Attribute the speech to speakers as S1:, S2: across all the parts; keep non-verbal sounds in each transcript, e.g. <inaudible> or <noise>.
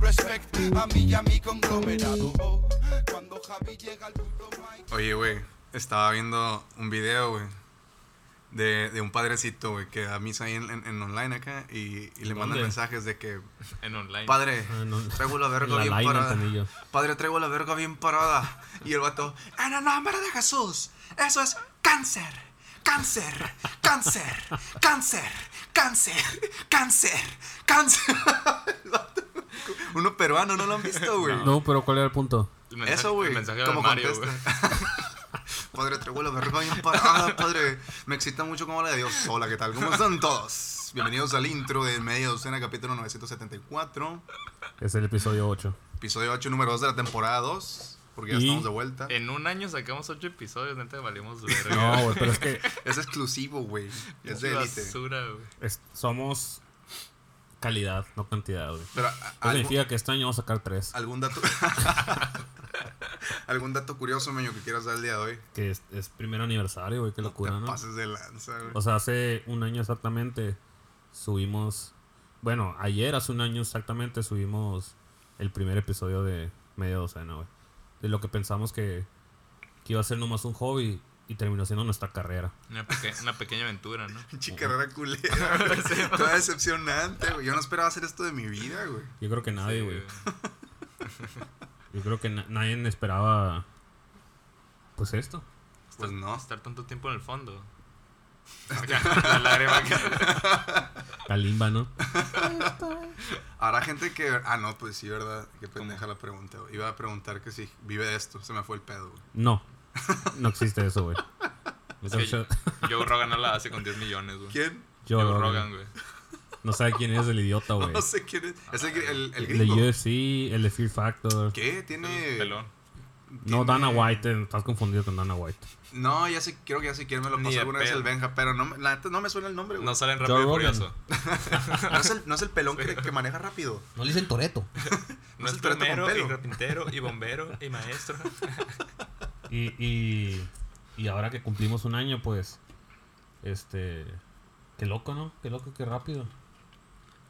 S1: respect a mí y a mi conglomerado. Oh, cuando Javi llega al duro mic.
S2: Oye, güey, estaba viendo un video, güey, de, de un padrecito, güey, que da misa ahí en, en- en online acá y, y le mandan
S3: dónde?
S2: mensajes de
S4: <laughs>
S2: que,
S3: En online.
S2: padre,
S4: Ah, no.
S2: traigo la verga
S4: La
S2: bien
S4: line,
S2: parada.
S4: Antonillo.
S2: Padre, traigo la verga bien parada. <laughs> Y el vato, en el nombre de Jesús, eso es cáncer, cáncer, cáncer, cáncer, cáncer, cáncer, cáncer. <laughs> El vato, <laughs> Uno peruano, ¿no lo han visto, güey?
S4: No, pero ¿cuál era el punto?
S3: El mensaje-
S2: Eso, güey.
S3: El mensaje de
S2: ¿Cómo
S3: Mario, güey.
S2: contesta? <laughs> padre, traigo la verga bien parada, ah, padre. Me excita mucho como la de Dios. Hola, ¿qué tal? ¿Cómo están todos? Bienvenidos al intro de Media Docena, capítulo 974,
S4: Es el episodio 8.
S2: episodio 8, número 2 de la temporada 2, porque ya
S4: Y-
S2: estamos de vuelta. <laughs>
S3: En un año sacamos ocho episodios,
S4: <laughs>
S3: neta, valimos verga.
S4: No, güey, pero es que
S2: Es exclusivo, güey. Es de élite.
S3: basura, güey.
S4: es- somos calidad, no cantidad, güey. Eso
S2: Pero a- algún,
S4: significa que este año vamos a sacar tres.
S2: algún dato... <laughs> algún dato curioso, meño, que quieras dar el día de hoy.
S4: Que es, es primer aniversario, güey, qué locura,
S2: Te
S4: ¿no?
S2: pases de lanza, güey.
S4: O sea, hace un año exactamente subimos. Bueno, ayer, hace un año exactamente, subimos el primer episodio de Media Docena, güey. De lo que pensamos que, que iba a ser nomás un hobby y terminó siendo nuestra carrera.
S3: Una, peque- una pequeña aventura, ¿no?
S2: Pinche carrera
S3: <laughs>
S2: culera. güey. Toda decepcionante, güey. Yo no esperaba hacer esto de mi vida, güey.
S4: Yo creo que nadie,
S3: Sí,
S4: güey. Yo creo que na- nadie esperaba. Pues esto.
S2: Pues no.
S3: Estar tanto tiempo en
S2: <laughs>
S3: el fondo. <laughs> Acá, la lágrima que- <laughs>
S4: Kalimba, ¿no?
S2: Habrá gente que. Ah, no, pues sí, ¿verdad? Qué pendeja la pregunta, güey. Iba a preguntar que si vive de esto. Se me fue el pedo, güey.
S4: No. No existe
S2: <laughs>
S4: eso, güey.
S3: Es que Joe Rogan no la hace con 10 millones, güey.
S2: ¿Quién?
S4: Yo,
S3: Joe Rogan, güey.
S4: No sabe quién es el idiota,
S2: <laughs>
S4: güey.
S2: No sé quién es. Es el, el, el
S4: El de
S2: gringo.
S4: UFC, el de Fear Factor.
S2: ¿Qué? Tiene.
S3: Pelón.
S2: tiene-
S4: No, Dana White, eh, estás confundido con Dana White.
S2: No, ya sé, creo que ya sé quién me lo
S3: Ni
S2: pasó
S3: de
S2: alguna vez
S3: pedo.
S2: el Benja, pero no, me- la neta no me suena el nombre, güey.
S3: No
S2: No,
S3: salen
S4: Joe
S3: rápido y
S4: Rogan.
S3: furioso.
S2: es, el, no es el
S3: <laughs>
S2: pelón que, que maneja rápido.
S5: No le dicen Toreto.
S3: No
S2: es
S3: es
S2: el Toretto con
S3: plomero,
S2: pelo.
S3: y carpintero, y bombero, y
S4: <laughs>
S3: maestro.
S4: Y, y, y ahora que cumplimos un año, pues. Este. Qué loco, ¿no? Qué loco, qué rápido.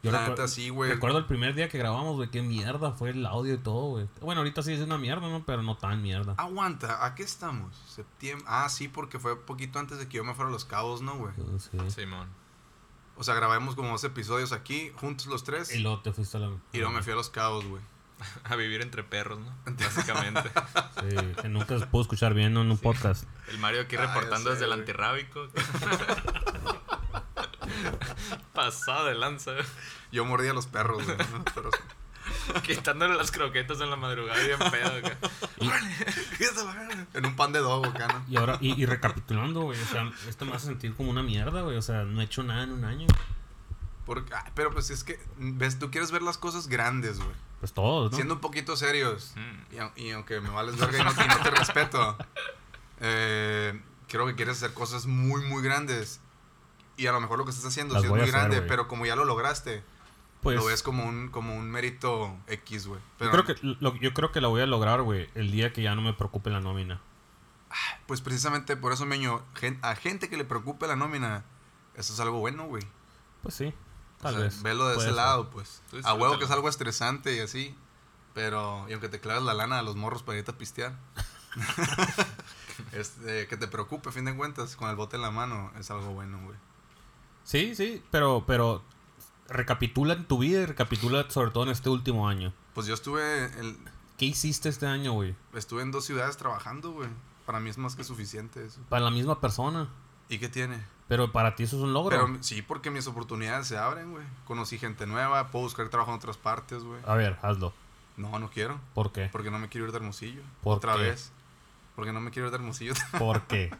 S4: Yo
S2: la
S4: recuer-
S2: neta sí, güey.
S4: recuerdo el primer día que grabamos, güey. Qué mierda fue el audio y todo, güey. Bueno, ahorita sí es una mierda, ¿no? Pero no tan mierda.
S2: Ah, Aguanta, ¿a qué estamos? Septiembre. Ah, sí, porque fue poquito antes de que yo me fuera a los cabos, ¿no, güey?
S4: Yo, sí.
S3: Simón.
S2: O sea, grabamos como dos episodios aquí, juntos los tres.
S4: Y luego te fuiste a la.
S2: Y luego me fui a los cabos, güey.
S3: A vivir entre perros, ¿no?
S2: <laughs>
S3: Básicamente.
S4: Sí, que nunca se pudo escuchar bien ¿no? en un podcast.
S3: El Mario aquí
S2: Ah, ya sé,
S3: reportando desde el
S2: güey.
S3: antirrábico. <laughs> Pasado de lanza, güey.
S2: Yo mordía a los perros, güey. ¿no?
S4: <laughs>
S2: Pero-
S3: quitándole las croquetas en la madrugada bien pedo acá. <laughs>
S2: en un pan de dogo, acá, ¿no?
S4: Y ahora, y, y recapitulando, güey, o sea, esto me hace sentir como una mierda, güey. O sea, no he hecho nada en un año.
S2: Porque, ah, pero pues es que, ves, tú quieres ver las cosas grandes, güey.
S4: Pues todo, ¿no?
S2: Siendo un poquito serios.
S3: Mm.
S2: Y, au- y aunque me vales verga y no, y no te respeto, eh, creo que quieres hacer cosas muy, muy grandes. Y a lo mejor lo que estás haciendo
S4: Las
S2: sí es
S4: voy
S2: muy
S4: a hacer,
S2: grande,
S4: güey.
S2: pero como ya lo lograste,
S4: Pues,
S2: lo ves como un, como un mérito X, güey.
S4: yo,
S2: Pero,
S4: creo que, lo, yo creo que la voy a lograr, güey, el día que ya no me preocupe la nómina.
S2: Pues precisamente por eso, meño, gen- a gente que le preocupe la nómina, eso es algo bueno, güey.
S4: Pues sí,
S2: O
S4: tal
S2: sea,
S4: vez.
S2: Velo de
S4: Puede
S2: ese
S4: ser.
S2: lado, pues.
S3: Tú
S2: A huevo que
S3: disfrútalo.
S2: es algo estresante y así. Pero, y aunque te claves la lana a los morros para irte a pistear. este, que te preocupe, a fin de cuentas, con el bote en la mano, es algo bueno, güey.
S4: Sí, sí, pero, pero recapitula en tu vida y recapitula sobre todo en este último año.
S2: Pues yo estuve en,
S4: ¿Qué hiciste este año, güey?
S2: estuve en dos ciudades trabajando, güey. Para mí es más que suficiente eso.
S4: Para la misma persona.
S2: ¿Y qué tiene?
S4: Pero para ti eso es un logro.
S2: Pero sí, porque mis oportunidades se abren, güey. Conocí gente nueva, puedo buscar trabajo en otras partes, güey.
S4: A ver, hazlo.
S2: No, no quiero.
S4: ¿Por qué?
S2: Porque no me quiero ir de Hermosillo.
S4: ¿Por
S2: Otra
S4: qué?
S2: vez. Porque no me quiero ir de Hermosillo.
S4: ¿Por qué?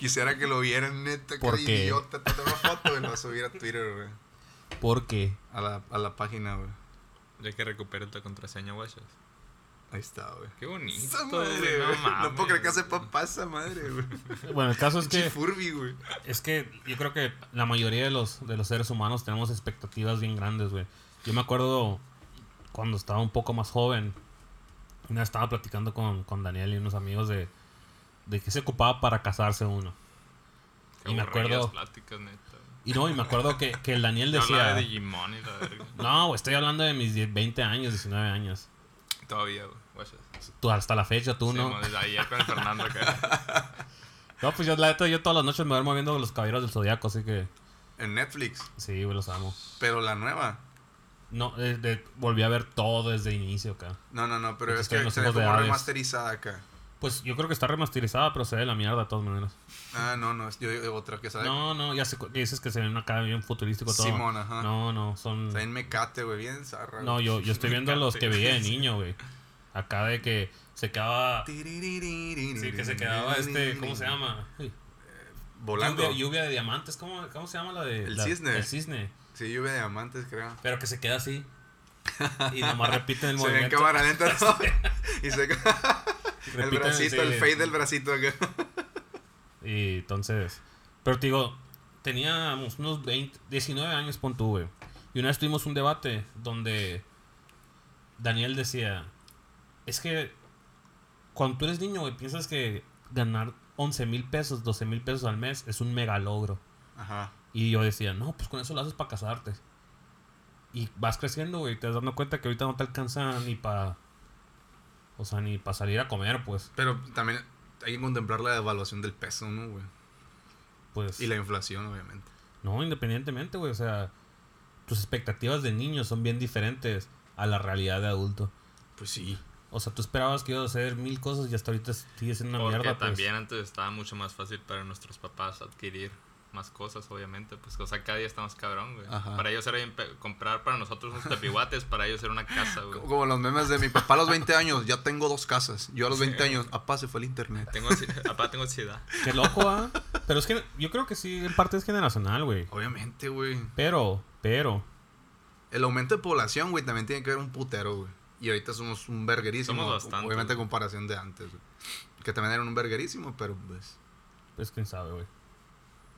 S2: Quisiera que lo vieran, neta.
S4: ¿Por
S2: Que
S4: qué?
S2: idiota. Te tomo una foto y la voy a subir a Twitter, güey.
S4: ¿Por qué?
S2: A la, a la página, güey.
S3: Ya que recupero tu contraseña, guachas.
S2: Ahí está, güey.
S3: Qué bonito.
S2: Esa
S3: güey,
S2: madre, güey. No,
S3: mames.
S2: puedo creer que hace papá esa madre, güey.
S4: Bueno, el caso es
S2: Pinche
S4: que...
S2: Furby, güey.
S4: Es que yo creo que la mayoría de los, de los seres humanos tenemos expectativas bien grandes, güey. Yo me acuerdo cuando estaba un poco más joven, una vez estaba platicando con, con Daniel y unos amigos de, de qué se ocupaba para casarse uno.
S3: Qué
S4: y me
S3: aburridas
S4: acuerdo,
S3: pláticas, neta. güey.
S4: Y no, y me acuerdo que, que el Daniel
S3: Yo hablaba de
S4: decía...
S3: Digimon y la verga.
S4: No, güey, estoy hablando de mis 10, 20 años, 19 años.
S3: Todavía, güey. guachas.
S4: Tú, hasta la fecha, tú
S3: Sí,
S4: no.
S3: mo, desde ayer con el Fernando acá.
S4: No, pues yo, la neta, yo todas las noches me duermo viendo Los Caballeros del Zodiaco, así que...
S2: En Netflix,
S4: Sí, güey, los amo.
S2: pero la nueva.
S4: No, eh, de- volví a ver todo desde el inicio acá.
S2: No, no, no, pero
S4: Porque
S2: es que
S4: están los
S2: se ve
S4: ojos de
S2: como
S4: Hades.
S2: remasterizada acá.
S4: Pues yo creo que está remasterizada, pero se ve la mierda de todas maneras.
S2: Ah, no, no, es- yo, yo- otra que sale.
S4: No, no, ya sé, cu- dices que se ven acá bien futurístico todo.
S2: Simón, ajá.
S4: No, no, son...
S2: Está en Mecate, güey, bien zarra.
S4: No, yo, yo estoy viendo los que veía
S2: <laughs>
S4: de niño, güey. Acá de que se quedaba... Sí,
S2: Sí,
S4: que se quedaba este... ¿Cómo se llama? Sí.
S2: Volando.
S4: Lluvia, lluvia de diamantes, ¿cómo, cómo se llama la de...?
S2: El
S4: la-
S2: cisne.
S4: El cisne.
S2: Sí, lluvia de diamantes, creo.
S4: Pero que se
S2: <laughs>
S4: queda así. Y nomás repiten el
S2: Se ve en
S4: movimiento.
S2: cámara <laughs> lenta. ¿no? y se El
S4: Repiten,
S2: bracito,
S4: sí,
S2: el fade del bracito acá.
S4: Y entonces. Pero te digo, teníamos unos 20, 19 años, pon tú, güey. Y una vez tuvimos un debate donde Daniel decía: Es que cuando tú eres niño, güey, piensas que ganar 11 mil pesos, 12 mil pesos al mes es un mega logro.
S2: Ajá.
S4: Y yo decía: No, pues con eso lo haces para casarte. Y vas creciendo, güey, y te vas dando cuenta que ahorita no te alcanza ni para. O sea, ni para salir a comer, pues.
S2: Pero también hay que contemplar la devaluación del peso, ¿no, güey?
S4: pues
S2: Y la inflación, obviamente.
S4: No, independientemente, güey. O sea, tus expectativas de niño son bien diferentes a la realidad de adulto.
S2: Pues sí.
S4: O sea, tú esperabas que ibas a hacer mil cosas y hasta ahorita sigues siendo una
S3: Porque
S4: mierda. pues.
S3: también antes estaba mucho más fácil para nuestros papás adquirir más cosas, obviamente. Pues, o sea, cada día está más cabrón, güey.
S2: Ajá.
S3: Para ellos era bien pe- comprar para nosotros unos tepihuates, para ellos era una casa, güey.
S2: Como los memes de mi papá a los 20 años, ya tengo dos casas. Yo a los 20 años, papá se fue al internet.
S3: Tengo, ansi- apá, tengo ansiedad.
S4: Qué
S2: <laughs>
S4: loco, ¿ah? Pero es que yo creo que sí, en parte es generacional, güey.
S2: Obviamente, güey.
S4: Pero, pero.
S2: El aumento de población, güey, también tiene que ver un putero, güey. Y ahorita somos un verguerísimo.
S3: Somos bastante,
S2: Obviamente en
S3: güey.
S2: comparación de antes, güey. Que también eran un verguerísimo, pero pues.
S4: Pues quién sabe, güey.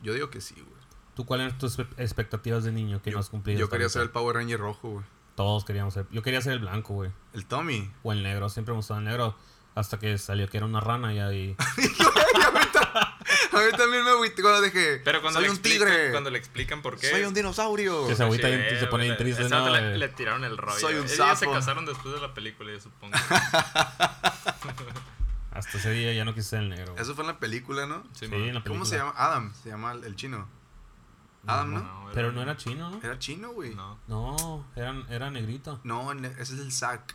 S2: Yo digo que sí, güey.
S4: ¿Tú cuáles eran tus espe- expectativas de niño que
S2: Yo,
S4: no has cumplido?
S2: yo
S4: hasta
S2: quería
S4: ahorita?
S2: ser el Power Ranger rojo, güey.
S4: Todos queríamos ser. Yo quería ser el blanco, güey.
S2: El Tommy. <laughs>
S4: O el negro. Siempre me gustaba el negro. Hasta que salió que era una rana y ahí.
S2: A mí también me agüité cuando dije.
S3: Pero cuando,
S2: soy
S3: le,
S2: un
S3: explican,
S2: tigre.
S3: cuando le explican por qué.
S2: Soy un dinosaurio.
S4: Que se agüita y
S3: Sí,
S4: se pone
S3: güey,
S4: bien triste,
S3: esa
S4: ¿no?
S3: otra
S4: Eh.
S3: Le, le tiraron el rollo.
S2: Soy un
S3: Ellos ya se
S2: sapo.
S3: casaron después de la película,
S2: <laughs>
S3: yo supongo.
S4: Hasta ese día ya no quise ser el negro.
S2: <laughs>
S4: güey.
S2: Eso fue en la película, ¿no?
S3: Sí,
S4: Sí,
S3: man.
S4: en
S2: ¿Cómo
S4: la película.
S2: se llama? Adam, se llama el, el chino. Adam, ¿no?
S4: Pero no era chino, ¿no?
S2: Era chino, güey. No,
S3: No.
S4: No, eran, era negrito.
S2: ne- ese es el Zack.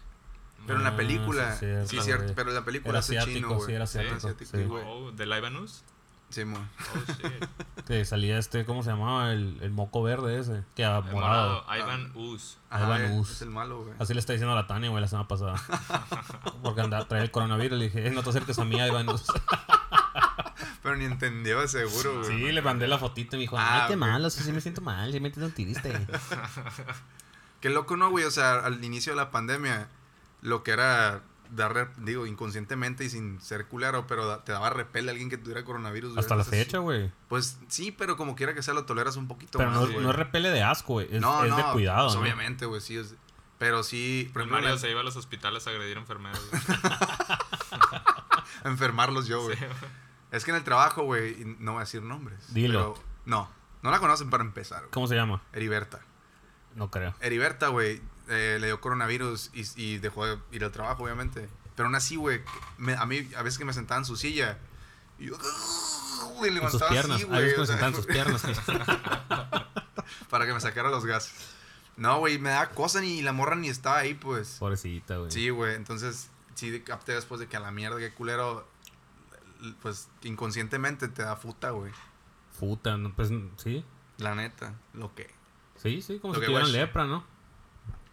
S2: Pero en
S4: Ah,
S2: la película.
S4: sí, cierto,
S2: Sí, cierto.
S4: güey.
S2: Pero en la película
S4: Era
S2: es el
S4: asiático,
S2: chino, güey.
S4: sí, era
S2: Sí,
S4: asiático, sí.
S2: güey.
S3: Oh, ¿De Libanus?
S2: Sí, mo.
S3: Oh, shit.
S4: Que salía este, ¿cómo se llamaba? El, el moco verde ese. Que era
S3: El
S4: <laughs> morado.
S3: morado.
S2: Ah.
S3: Ivan Us.
S2: Ajá,
S4: Ivan
S2: Ah, es,
S4: Us.
S2: es el malo, güey.
S4: Así le está diciendo a la Tania, güey, la
S2: <laughs>
S4: semana pasada. Porque andaba, traía el coronavirus. Le dije, "Eh, no te acerques a mí, Iván.
S2: <laughs> Pero ni entendió seguro, güey.
S4: Sí, le mandé la fotito y me dijo,
S2: Ah,
S4: ay, qué
S2: ok.
S4: malo, sí, sí me siento mal, sí me entiendo
S2: <laughs>
S4: un tiriste.
S2: Qué loco, ¿no, güey? O sea, al inicio de la pandemia, lo que era dar, re- digo, inconscientemente y sin ser culero, pero da- te daba repele a alguien que tuviera coronavirus. güey.
S4: Hasta la
S2: Entonces,
S4: fecha, güey.
S2: Pues sí, pero como quiera que sea, lo toleras un poquito
S4: Pero
S2: más,
S4: no,
S2: güey.
S4: no es repele de asco, güey. Es, es de cuidado,
S2: pues,
S4: ¿no?
S2: Obviamente, güey, sí. es- pero sí, por
S3: El
S2: ejemplo,
S3: Mario
S2: en-
S3: se iba a los hospitales a agredir enfermeros. güey. <laughs>
S2: a enfermarlos yo, güey.
S3: Sí, güey.
S2: Es que en el trabajo, güey, y no voy a decir nombres.
S4: Dilo.
S2: pero- no, no la conocen para empezar, güey.
S4: ¿Cómo se llama?
S2: Heriberta.
S4: No creo.
S2: Heriberta, güey, eh, le dio coronavirus y, y dejó de ir al trabajo, obviamente. Pero aún así, güey, me- a mí a veces que me sentaba en su silla y yo... Y
S4: En sus
S2: levantaba
S4: piernas.
S2: así,
S4: Ahí
S2: güey.
S4: ves que
S2: o
S4: me
S2: sea,
S4: sentaban sus piernas.
S2: <laughs> para que me sacara los gases. No, güey, me da cosa ni la morra ni estaba ahí, pues.
S4: Pobrecita, güey.
S2: Sí, güey, entonces sí capté después de que a la mierda, qué culero, l- pues inconscientemente te da futa, güey.
S4: Puta, no, pues sí.
S2: La neta, lo que.
S4: Sí, sí, como
S2: Lo
S4: si
S2: que
S4: tuvieran
S2: guache.
S4: lepra, ¿no?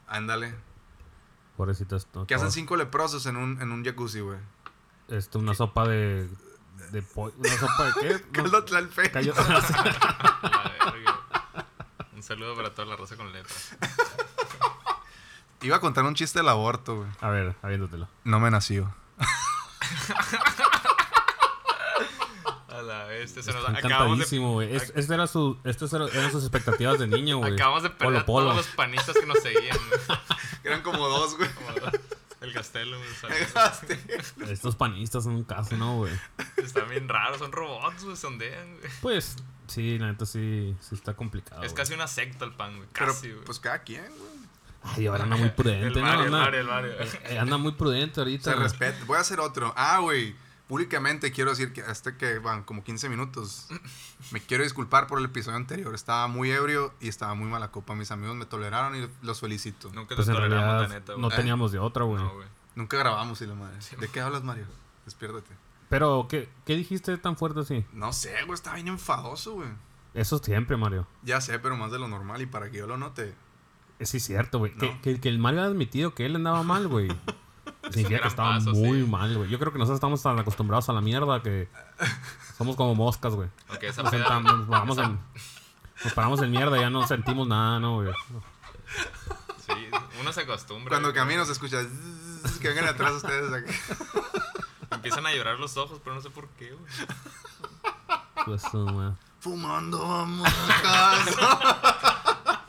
S2: Ándale.
S4: Pobrecitas. no,
S2: Que hacen
S4: todas.
S2: cinco leprosos en un, en un jacuzzi, güey.
S4: Este, una sopa de. de pollo. ¿Una sopa de qué?
S2: <laughs>
S4: No-
S3: <laughs>
S2: Caldo Tlalpe.
S4: Cayó- <laughs>
S3: La verga. Un saludo para toda la raza con letra.
S2: Iba a contar un chiste del aborto, güey.
S4: A ver, aviéntatelo.
S2: No me nació.
S3: A la vez, este se nos acabamos de,
S4: Encantadísimo, güey. Es- este era su, estas era- eran sus expectativas de niño, güey.
S3: acabamos de perder
S4: Polo,
S3: a todos
S4: polo.
S3: los panistas que nos seguían. güey.
S2: Eran como dos, <laughs> güey.
S3: Como El Castelo,
S2: <laughs>
S3: güey,
S2: Me
S3: ¿sabes?
S2: dejaste.
S4: Estos panistas son un caso, ¿no, güey?
S3: están bien raros, son robots, güey, sondean. güey.
S4: Pues, Sí, la neta sí, sí está complicado.
S3: Es
S4: Ah, güey.
S3: casi una secta el pan, güey.
S2: Pero,
S3: Casi, güey.
S2: pues cada quien, güey.
S4: Ay, ahora anda muy
S3: <laughs> el
S4: prudente, ¿no?
S3: Mario, el
S4: Anda-
S3: Mario, el Mario.
S4: eh, anda muy prudente ahorita.
S2: Se
S4: güey.
S2: respeta. Voy a hacer otro. Ah, güey. Públicamente quiero decir que hasta que van como 15 minutos. Me quiero disculpar por el episodio anterior. Estaba muy ebrio y estaba muy mala copa. Mis amigos me toleraron y los felicito.
S3: Nunca
S4: Pues
S3: te
S4: en
S3: toleramos, la
S4: realidad
S3: neta, güey.
S4: no teníamos de otra, güey.
S3: No, güey.
S2: Nunca grabamos y la madre. ¿De qué hablas, Mario? Despiérdate.
S4: Pero, ¿qué, ¿qué dijiste tan fuerte así?
S2: No sé, güey. Estaba bien enfadoso, güey.
S4: Eso siempre, Mario.
S2: Ya sé, pero más de lo normal. Y para que yo lo note.
S4: Eh, Sí, cierto, güey. Que,
S2: No.
S4: que- que el Mario ha admitido que él andaba mal,
S3: <laughs>
S4: güey. Significa
S3: gran
S4: que estaba
S3: paso,
S4: muy
S3: sí.
S4: mal, güey. Yo creo que nosotros estamos tan acostumbrados a la mierda
S3: <laughs>
S4: que somos como moscas, güey.
S3: Ok, esa
S4: Nos
S3: peda.
S4: sentamos, nos paramos en, nos paramos en mierda, ya no sentimos nada, ¿no, güey?
S3: Sí, uno se acostumbra.
S2: Cuando
S3: güey.
S2: camino se escucha. <laughs> zzzz, Que vengan atrás ustedes. acá.
S3: Empiezan a llorar los ojos, pero no sé por qué, güey.
S4: Pues, su madre.
S2: Fumando, vamos a
S4: <laughs>
S2: casa.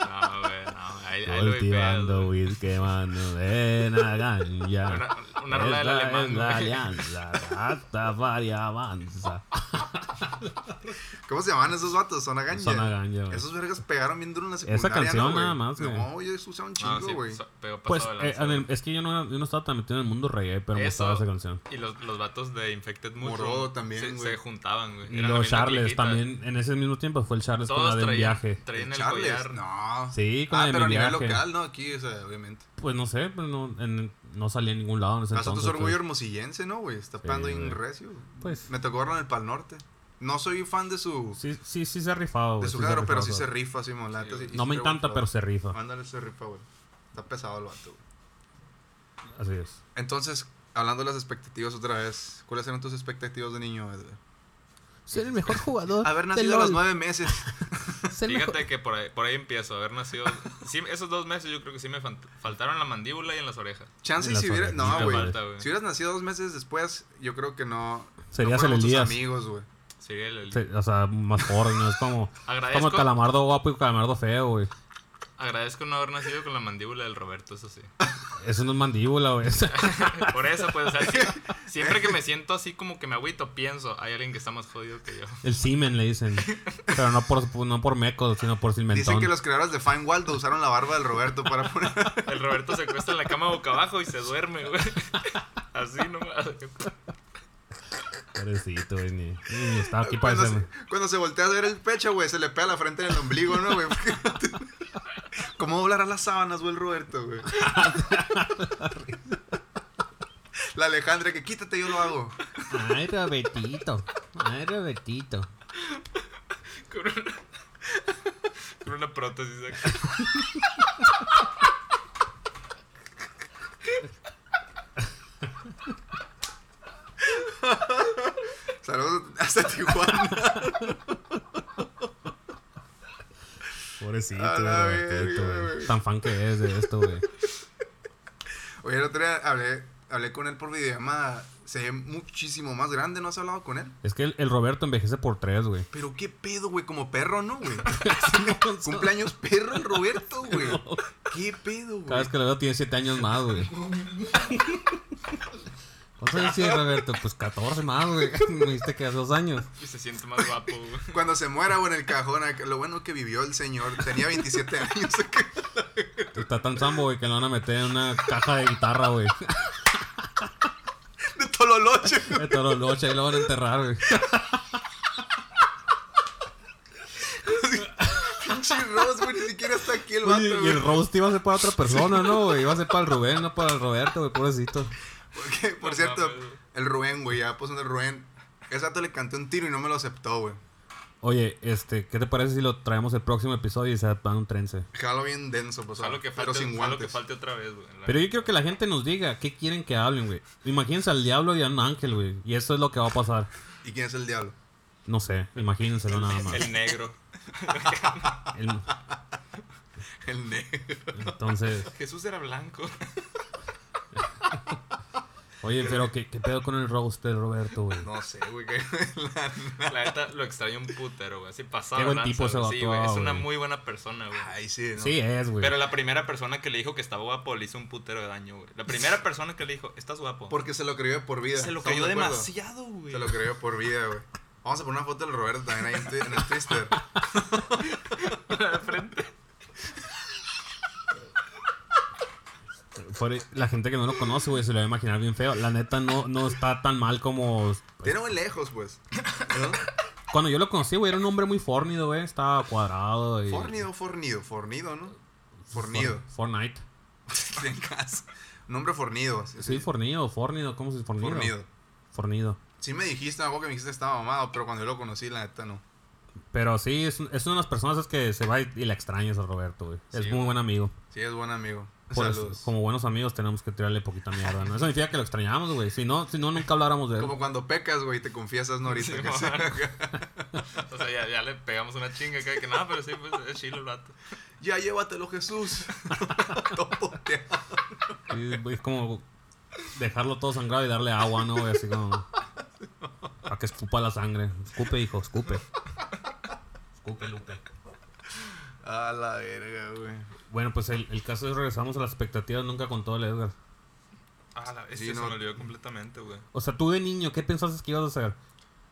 S3: No, güey, no. Ahí, ahí lo
S4: Cultivando
S3: vipeas,
S4: weed, quemando de la ganja.
S3: Una- una rola del
S4: Esta
S3: alemán,
S4: Ah, es la
S3: güey.
S4: alianza, hasta varia avanza.
S2: ¿Cómo se llaman esos vatos? Zona Ganja.
S4: Zona ganja, güey.
S2: Esos vergas pegaron bien duro en la secundaria.
S4: canción
S2: ¿no, güey?
S4: nada más, güey.
S2: No, yo escuché un
S3: <laughs> No,
S2: chingo,
S3: sí,
S2: güey.
S3: so- pero pasado
S4: Pues, eh,
S3: de lanza,
S4: en el-
S3: güey.
S4: es que yo no, yo no estaba tan metido en el mundo reggae, pero me
S3: Eso-
S4: gustaba esa canción.
S3: Y los, los vatos de Infected Mushroom
S2: Morodo también,
S3: se,
S2: güey.
S3: se juntaban, güey.
S4: Y
S3: Eran la
S4: los
S3: misma
S4: Charles
S3: cliquita.
S4: también, en ese mismo tiempo fue el Charles con la
S3: Todos
S4: del
S3: traían,
S4: viaje.
S3: traían el
S2: Charles,
S3: collar.
S2: no.
S4: Sí, con la
S2: Ah,
S4: de
S2: pero a
S4: mi
S2: nivel
S4: viaje.
S2: local, ¿no? Aquí, o sea, obviamente.
S4: Pues no sé, pero no, en- no salía en ningún lado en ese
S2: Nosotros
S4: entonces.
S2: orgullo
S4: pues.
S2: hermosillense, ¿no, güey? Está pegando ahí un
S4: güey.
S2: recio. güey.
S4: Pues,
S2: Me tocó verlo en el Pal Norte. No soy fan de su,
S4: sí, sí, sí se ha rifado,
S2: de
S4: güey,
S2: su
S4: sí se ha
S2: género, pero sí
S4: rifado,
S2: se
S4: güey.
S2: rifa, sí, molata.
S3: Sí,
S2: sí,
S4: No me
S2: sí,
S4: encanta,
S2: güey.
S4: pero se rifa.
S2: Ándale, se rifa, güey. Está pesado el vato, güey.
S4: Así es.
S2: Entonces, hablando de las expectativas otra vez, ¿cuáles eran tus expectativas de niño, Edgar?
S4: Ser el mejor jugador.
S2: Haber nacido a los nueve
S4: <laughs>
S2: meses.
S3: Fíjate que por ahí, por ahí empiezo a haber nacido. <laughs> sí, esos dos meses yo creo que sí me fan- faltaron la mandíbula y en las orejas.
S2: Chance
S4: En las
S2: si hubieras.
S4: orejas.
S2: No,
S4: Te
S2: güey.
S3: falta, güey.
S2: Si hubieras nacido dos meses después, yo creo que no.
S4: Serías
S2: no fuéramos
S4: el
S2: tus
S4: Elías.
S2: amigos, güey.
S3: Sería el, el-
S4: Se- o sea, más pobre, ¿no? Es como, es como
S3: Agradezco,
S4: el calamardo guapo y calamardo feo, güey.
S3: agradezco no haber nacido con la mandíbula del Roberto, eso sí. <laughs>
S4: Eso no es mandíbula, güey. <laughs>
S3: Por eso, pues, o sea, sí- siempre que me siento así como que me agüito, pienso, hay alguien que está más jodido que yo.
S4: El simen le dicen. Pero no por, no por meco, sino por silmentón.
S2: Dicen que los creadores de Fine Waldo usaron la barba del Roberto para
S4: <laughs>
S2: poner.
S3: El Roberto se acuesta en la cama boca abajo y se duerme, güey. <laughs> Así nomás.
S4: Pobrecito, güey. Ni, ni estaba
S2: <laughs>
S4: aquí para
S2: cuando,
S4: ese.
S2: se, cuando se voltea a ver el pecho, güey, se le pega la frente en el ombligo, ¿no, güey? <laughs> ¿Cómo doblará las sábanas, güey, el Roberto,
S4: <laughs>
S2: güey? La Alejandra, que quítate, yo lo hago.
S4: Ay, Robertito. Ay, Robertito.
S3: Con una, con una prótesis acá.
S2: Saludos hasta Tijuana.
S4: Pobrecito,
S2: A la
S4: güey, Robertito,
S2: verga,
S4: güey.
S2: güey.
S4: Tan fan que es de esto, güey.
S2: Oye, el otro día hablé, hablé con él por videollamada. Se ve muchísimo más grande, ¿no has hablado con él?
S4: Es que el, el Roberto envejece por tres, güey.
S2: Pero qué pedo, güey, como perro, ¿no,
S3: <laughs>
S2: güey? Cumpleaños perro el Roberto, güey. Qué pedo,
S4: Cada
S2: güey.
S4: vez que lo veo tiene siete años más, güey. ¿Cuántos años tiene Roberto? Pues 14 más, güey. Me dijiste que hace dos años.
S3: Y se siente más guapo, güey.
S2: Cuando se muera, güey, en el cajón, acá, lo bueno que vivió el señor, tenía 27 años. <laughs> acá.
S4: Está tan sambo, güey, que lo van a meter en una caja de guitarra, güey.
S2: De Tololoche.
S4: De Torolocha y lo van a enterrar, güey.
S2: Pinche Ross, güey, ni siquiera está aquí el
S4: Oye,
S2: vato,
S4: y el
S2: güey.
S4: roast iba a ser para otra persona, ¿no, güey? Iba a ser para el Rubén, no para el Roberto, güey, pobrecito.
S2: Porque, por
S3: No
S2: cierto,
S3: mames, güey.
S2: el Rubén, güey, ya puso el Rubén. Ese vato le canté un tiro y no me lo aceptó, güey.
S4: Oye, este, ¿qué te parece si lo traemos el próximo episodio y se adaptan un trense?
S2: Jalo bien denso, pues,
S3: Ojalá que
S2: pero
S3: falte,
S2: sin
S3: ojalá que
S2: guantes.
S3: falte otra vez, güey. La-
S4: Pero yo quiero que la gente nos diga qué quieren que hablen, güey. Imagínense al diablo y a un ángel, güey. Y eso es lo que va a pasar.
S2: ¿Y quién es el diablo?
S4: No sé, imagínenselo nada más.
S3: El negro.
S4: El-
S2: El negro.
S4: entonces,
S3: Jesús era blanco. <laughs>
S4: oye, pero ¿qué, qué pedo con el roast del Roberto, güey?
S2: No sé, güey. que- <laughs>
S3: La neta lo extraño un putero, güey. Así pasado.
S4: Qué buen
S3: de lanza,
S4: tipo ese
S3: güey. Sí, güey.
S4: vato,
S3: Es una
S4: güey.
S3: muy buena persona, güey.
S2: Ay, sí, ¿no?
S4: Sí es, güey.
S3: Pero la primera persona que le dijo que estaba guapo le hizo un putero de daño, güey. La primera persona que le dijo, estás guapo.
S2: Porque se lo creyó de por vida.
S3: se lo
S2: ¿Estamos
S3: cayó
S2: de acuerdo?
S3: demasiado, güey.
S2: Se lo creyó por vida, güey. Vamos a poner una foto del Roberto también ahí en, Twi- en el Twister.
S3: de frente.
S4: Por- e, la gente que no lo conoce, güey, se lo va a imaginar bien feo. La neta no, no está tan mal como.
S2: Tiene muy lejos, pues. ¿No?
S4: Cuando yo lo conocí, güey, era un hombre muy fornido, güey. Estaba cuadrado y.
S2: Fornido, fornido, fornido, ¿no? Fornido.
S4: For- Fortnite.
S2: <laughs> En casa. Nombre fornido. Sí,
S4: Sí,
S2: sí.
S4: fornido, fornido. ¿Cómo se dice? Fornido.
S2: Fornido.
S4: Fornido.
S2: Sí me dijiste, algo que me dijiste que estaba mamado, pero cuando yo lo conocí, la neta no.
S4: Pero sí, es, un- es una de las personas esas que se va y, y la extrañas a Roberto, güey. es
S3: Sí,
S4: muy
S3: güey.
S4: buen amigo.
S2: Sí, es buen amigo.
S4: Por eso,
S2: Saludos.
S4: como buenos amigos tenemos que tirarle poquita mierda, ¿no? Eso significa que lo extrañamos, güey. Si no, si no nunca habláramos de él.
S2: Como cuando pecas, güey, te confiesas, ¿no? Ahorita
S3: Sí,
S2: que
S3: mo.
S2: sí.
S3: <laughs>
S2: <laughs>
S3: O sea, ya, ya le pegamos una chinga acá que nada, pero sí, pues es chilo el vato.
S2: ya llévatelo, Jesús. <laughs> Todo puteado.
S4: Sí, güey, Es como dejarlo todo sangrado y darle agua, ¿no? güey? Así como... Para que escupa la sangre. Escupe, hijo, escupe. Escupe, Lupe.
S2: A la verga, güey.
S4: Bueno, pues el, el caso es regresamos a las expectativas nunca con todo el Edgar.
S3: Ah, la
S2: Sí,
S3: bestia
S2: no.
S3: se me olvidó completamente, güey.
S4: O sea, tú de niño, ¿qué pensaste que ibas a hacer?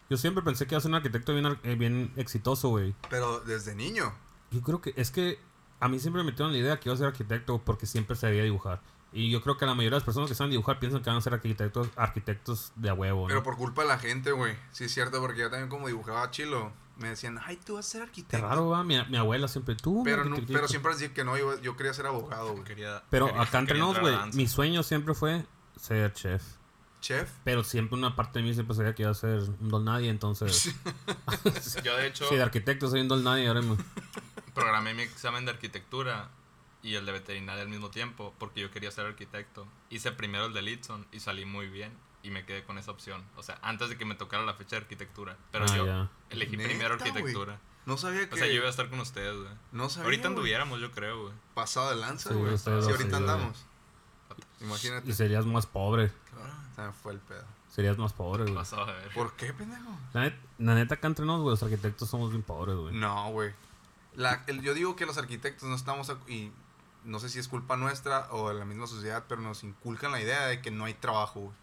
S4: Yo siempre pensé que ibas a ser un arquitecto bien, ar- eh, bien exitoso, güey.
S2: Pero desde niño.
S4: Yo creo que es que a mí siempre me metieron la idea que iba a ser arquitecto porque siempre sabía dibujar. Y yo creo que la mayoría de las personas que saben dibujar piensan que van a ser arquitectos, arquitectos de a huevo. ¿no?
S2: Pero por culpa de la gente, güey. Sí, es cierto, porque yo también como dibujaba chilo, me decían, ay, tú vas a ser
S4: Qué
S2: arquitecto.
S4: raro, va. Mi, mi abuela siempre tuvo.
S2: Pero, nu- pero siempre decía que no, yo, yo quería ser abogado, güey.
S3: Quería,
S4: Pero
S3: quería-
S4: acá entre
S3: quería
S4: nos,
S3: entrar a
S4: güey,
S3: danza.
S4: mi sueño siempre fue ser chef.
S2: Chef.
S4: Pero siempre una parte de mí siempre sabía que iba a ser un don nadie, entonces...
S2: <laughs>
S3: Yo, de hecho,
S4: Sí, de arquitecto soy un don nadie, ahora me-
S3: programé mi examen de arquitectura y el de veterinaria al mismo tiempo porque yo quería ser arquitecto. Hice primero el de Litson y salí muy bien y me quedé con esa opción. O sea, antes de que me tocara la fecha de arquitectura. Pero
S4: Ah,
S3: yo
S4: ya.
S3: elegí
S2: ¿Neta,
S3: primero
S2: güey?
S3: arquitectura.
S2: No sabía que.
S3: O sea, yo iba a estar con ustedes, güey.
S2: No sabía.
S3: Ahorita
S2: güey.
S3: anduviéramos, yo creo, güey.
S2: Pasado de lanza,
S4: Sí,
S2: güey. Sí,
S4: ustedes dos,
S2: ahorita
S4: sí, güey.
S2: andamos. Imagínate.
S4: Y serías más pobre.
S2: Ah, Se me fue el pedo.
S4: Serías más pobre, güey.
S3: Pasado a ver.
S2: ¿Por qué, pendejo?
S4: La, net- la neta, acá entre nos, güey, los arquitectos somos bien pobres, güey.
S2: No, güey. La- el- yo digo que los arquitectos no estamos. ac- Y no sé si es culpa nuestra o de la misma sociedad, pero nos inculcan la idea de que no hay trabajo, güey,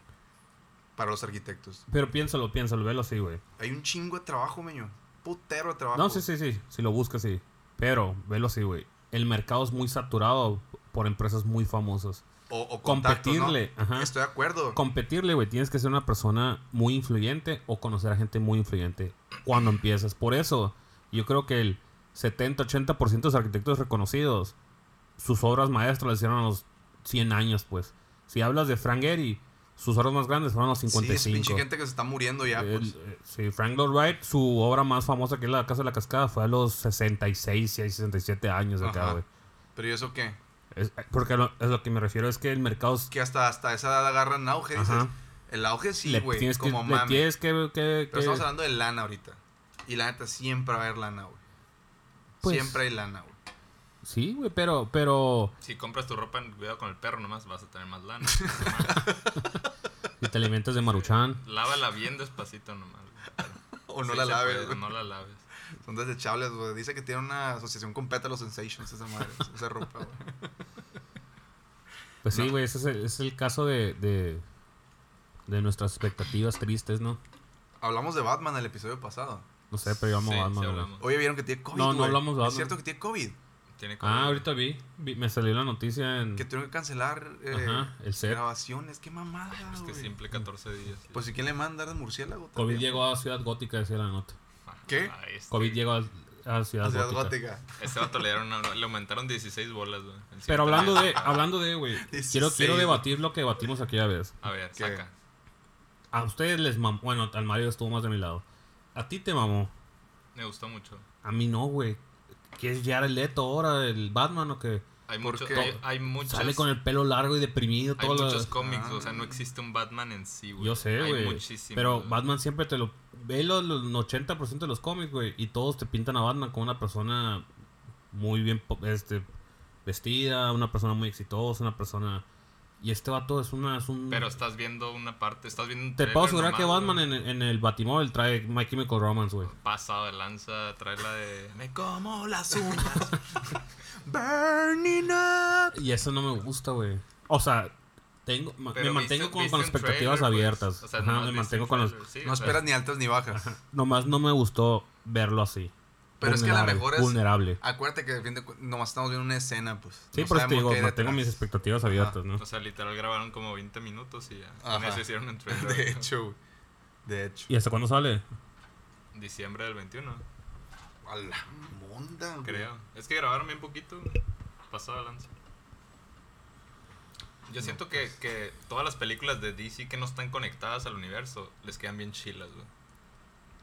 S2: Para los arquitectos.
S4: Pero piénsalo, piénsalo, velo así, güey.
S2: Hay un chingo de trabajo, meño. Putero de trabajo.
S4: No, sí, sí, sí. Si lo buscas, sí. Pero, velo así, güey. El mercado es muy saturado por empresas muy famosas.
S2: O, o contactos, ¿no?
S4: Competirle, ajá.
S2: Estoy de acuerdo.
S4: Competirle, güey, tienes que ser una persona muy influyente o conocer a gente muy influyente cuando empiezas. Por eso, yo creo que el 70-80% de los arquitectos reconocidos, sus obras maestras las hicieron a los 100 años, pues. Si hablas de Frank Gehry, sus obras más grandes fueron a los
S2: Sí,
S4: 55.
S2: es pinche gente que se está muriendo ya,
S4: El-
S2: pues.
S4: eh, sí, Frank Lloyd Wright, su obra más famosa que es La Casa de la Cascada fue a los 66, 67 años acá,
S2: Ajá.
S4: güey.
S2: Pero ¿y eso qué?
S4: Es- eh, Porque lo, es lo que me refiero es que el mercado es-
S2: Que hasta, hasta esa edad agarran auge, dices.
S4: Ajá.
S2: El auge sí,
S4: le
S2: güey.
S4: tienes que,
S2: Como
S4: le
S2: mami.
S4: tienes que, que-
S2: Pero estamos
S4: que-
S2: hablando de lana ahorita. Y la neta, siempre va a haber lana, güey.
S4: Pues-
S2: Siempre hay lana,
S3: <laughs>
S2: güey.
S4: Sí, güey, pero pero
S3: Si compras tu ropa en cuidado con el perro nomás, vas a tener más
S2: <laughs>
S4: si
S3: lana.
S4: te alimentas de maruchan,
S3: Lávala bien despacito nomás. güey.
S2: O no
S3: Sí
S2: la
S3: se
S2: laves,
S3: puede,
S2: güey.
S3: No la laves.
S2: Son desechables, güey. Dice que tiene una asociación con Pétalo Sensations, esa madre. <laughs> esa ropa, güey.
S4: pues sí, güey, ese es el, es el caso de, de de nuestras expectativas tristes, ¿no?
S2: Hablamos de Batman el episodio pasado.
S4: No sé, pero yo amo a
S3: Sí, sí
S4: Batman, güey.
S3: hablamos.
S2: Oye, vieron que tiene COVID.
S4: No, no
S2: güey.
S4: hablamos de
S2: Es
S4: Batman.
S2: cierto que tiene COVID.
S3: Tiene como-
S4: Ah, ahorita vi, vi- me salió la noticia en
S2: Que tuvieron que cancelar eh,
S4: Ajá, el set. Pues
S2: grabaciones. Qué mamada,
S3: Es que
S2: güey.
S3: simple 14 días.
S2: Pues, ¿y quién le manda de murciélago?
S4: COVID
S2: también?
S4: llegó a Ciudad Gótica, decía la nota.
S2: ¿Qué?
S3: Ah, este-
S4: COVID llegó a, a Ciudad,
S2: La ciudad
S4: Gótica.
S2: gótica.
S3: Este vato le dieron una- le aumentaron 16 bolas, güey. El siguiente
S4: Pero hablando de,
S3: día.
S4: hablando de,
S3: <laughs>
S4: güey, quiero,
S2: 16,
S4: quiero
S2: güey.
S4: debatir lo que debatimos aquella vez.
S3: A ver,
S2: ¿Qué?
S3: saca.
S4: A ustedes les mamó, bueno, al Mario estuvo más de mi lado. A ti te mamó,
S3: Me gustó mucho.
S4: a mí no, güey. ¿Qué es Jared Leto ahora, el Batman o qué?
S3: Hay
S2: ¿Por
S3: muchos,
S2: qué?
S3: hay, hay muchos,
S4: Sale con el pelo largo y deprimido,
S3: hay
S4: todo lo-
S3: muchos cómics, o sea, no existe un Batman en sí, güey.
S4: Yo sé,
S3: Hay
S4: güey.
S3: muchísimos,
S4: Pero
S3: güey.
S4: Batman siempre te lo... Ve los, los 80% de los cómics, güey, y todos te pintan a Batman como una persona muy bien po- este, vestida, una persona muy exitosa, una persona... Y este vato es una... Es un...
S3: Pero estás viendo una parte, estás viendo un
S4: Te
S3: trailer
S4: puedo asegurar que
S3: nomás,
S4: Batman
S3: güey.
S4: en, en el Batimóvil trae My Chemical Romance, güey.
S3: pasado de lanza, trae la de me
S4: <laughs>
S3: como las
S2: uñas. Burning up.
S4: Y eso no me gusta, güey. O sea, Tengo, ma- me
S3: Pero
S4: mantengo
S3: viste-
S4: con,
S3: viste
S4: con
S3: un
S4: expectativas
S3: trailer, pues.
S4: abiertas.
S3: O sea,
S4: Ajá,
S3: nomás
S4: me
S3: viste
S4: mantengo
S3: un
S4: con los.
S3: trailer, sí,
S2: No
S3: o sea,
S2: esperas ni altas ni bajas.
S4: Nomás no me gustó verlo así.
S2: Pero es que a lo
S4: Vulnerable,
S2: mejor es-
S4: Vulnerable.
S2: Acuérdate que de fin de cu- nomás estamos viendo una escena, pues.
S4: Sí,
S2: no
S4: por eso te
S2: sabemos
S4: digo,
S2: qué hay
S4: mantengo
S2: detrás.
S4: mis expectativas abiertas, ¿no?
S3: O sea, literal grabaron como 20 minutos y ya. Con
S2: Ajá.
S3: eso
S2: <laughs>
S3: hicieron un trailer.
S2: De
S3: ¿no?
S2: hecho, güey. De hecho.
S4: ¿Y hasta cuándo sale?
S3: Diciembre del 21,
S2: A la monda, güey.
S3: creo. Es que grabaron bien poquito. güey. Pasado de lanza. Yo siento que,
S4: pues.
S3: que todas las películas de DC que no están conectadas al universo les quedan bien chilas, güey.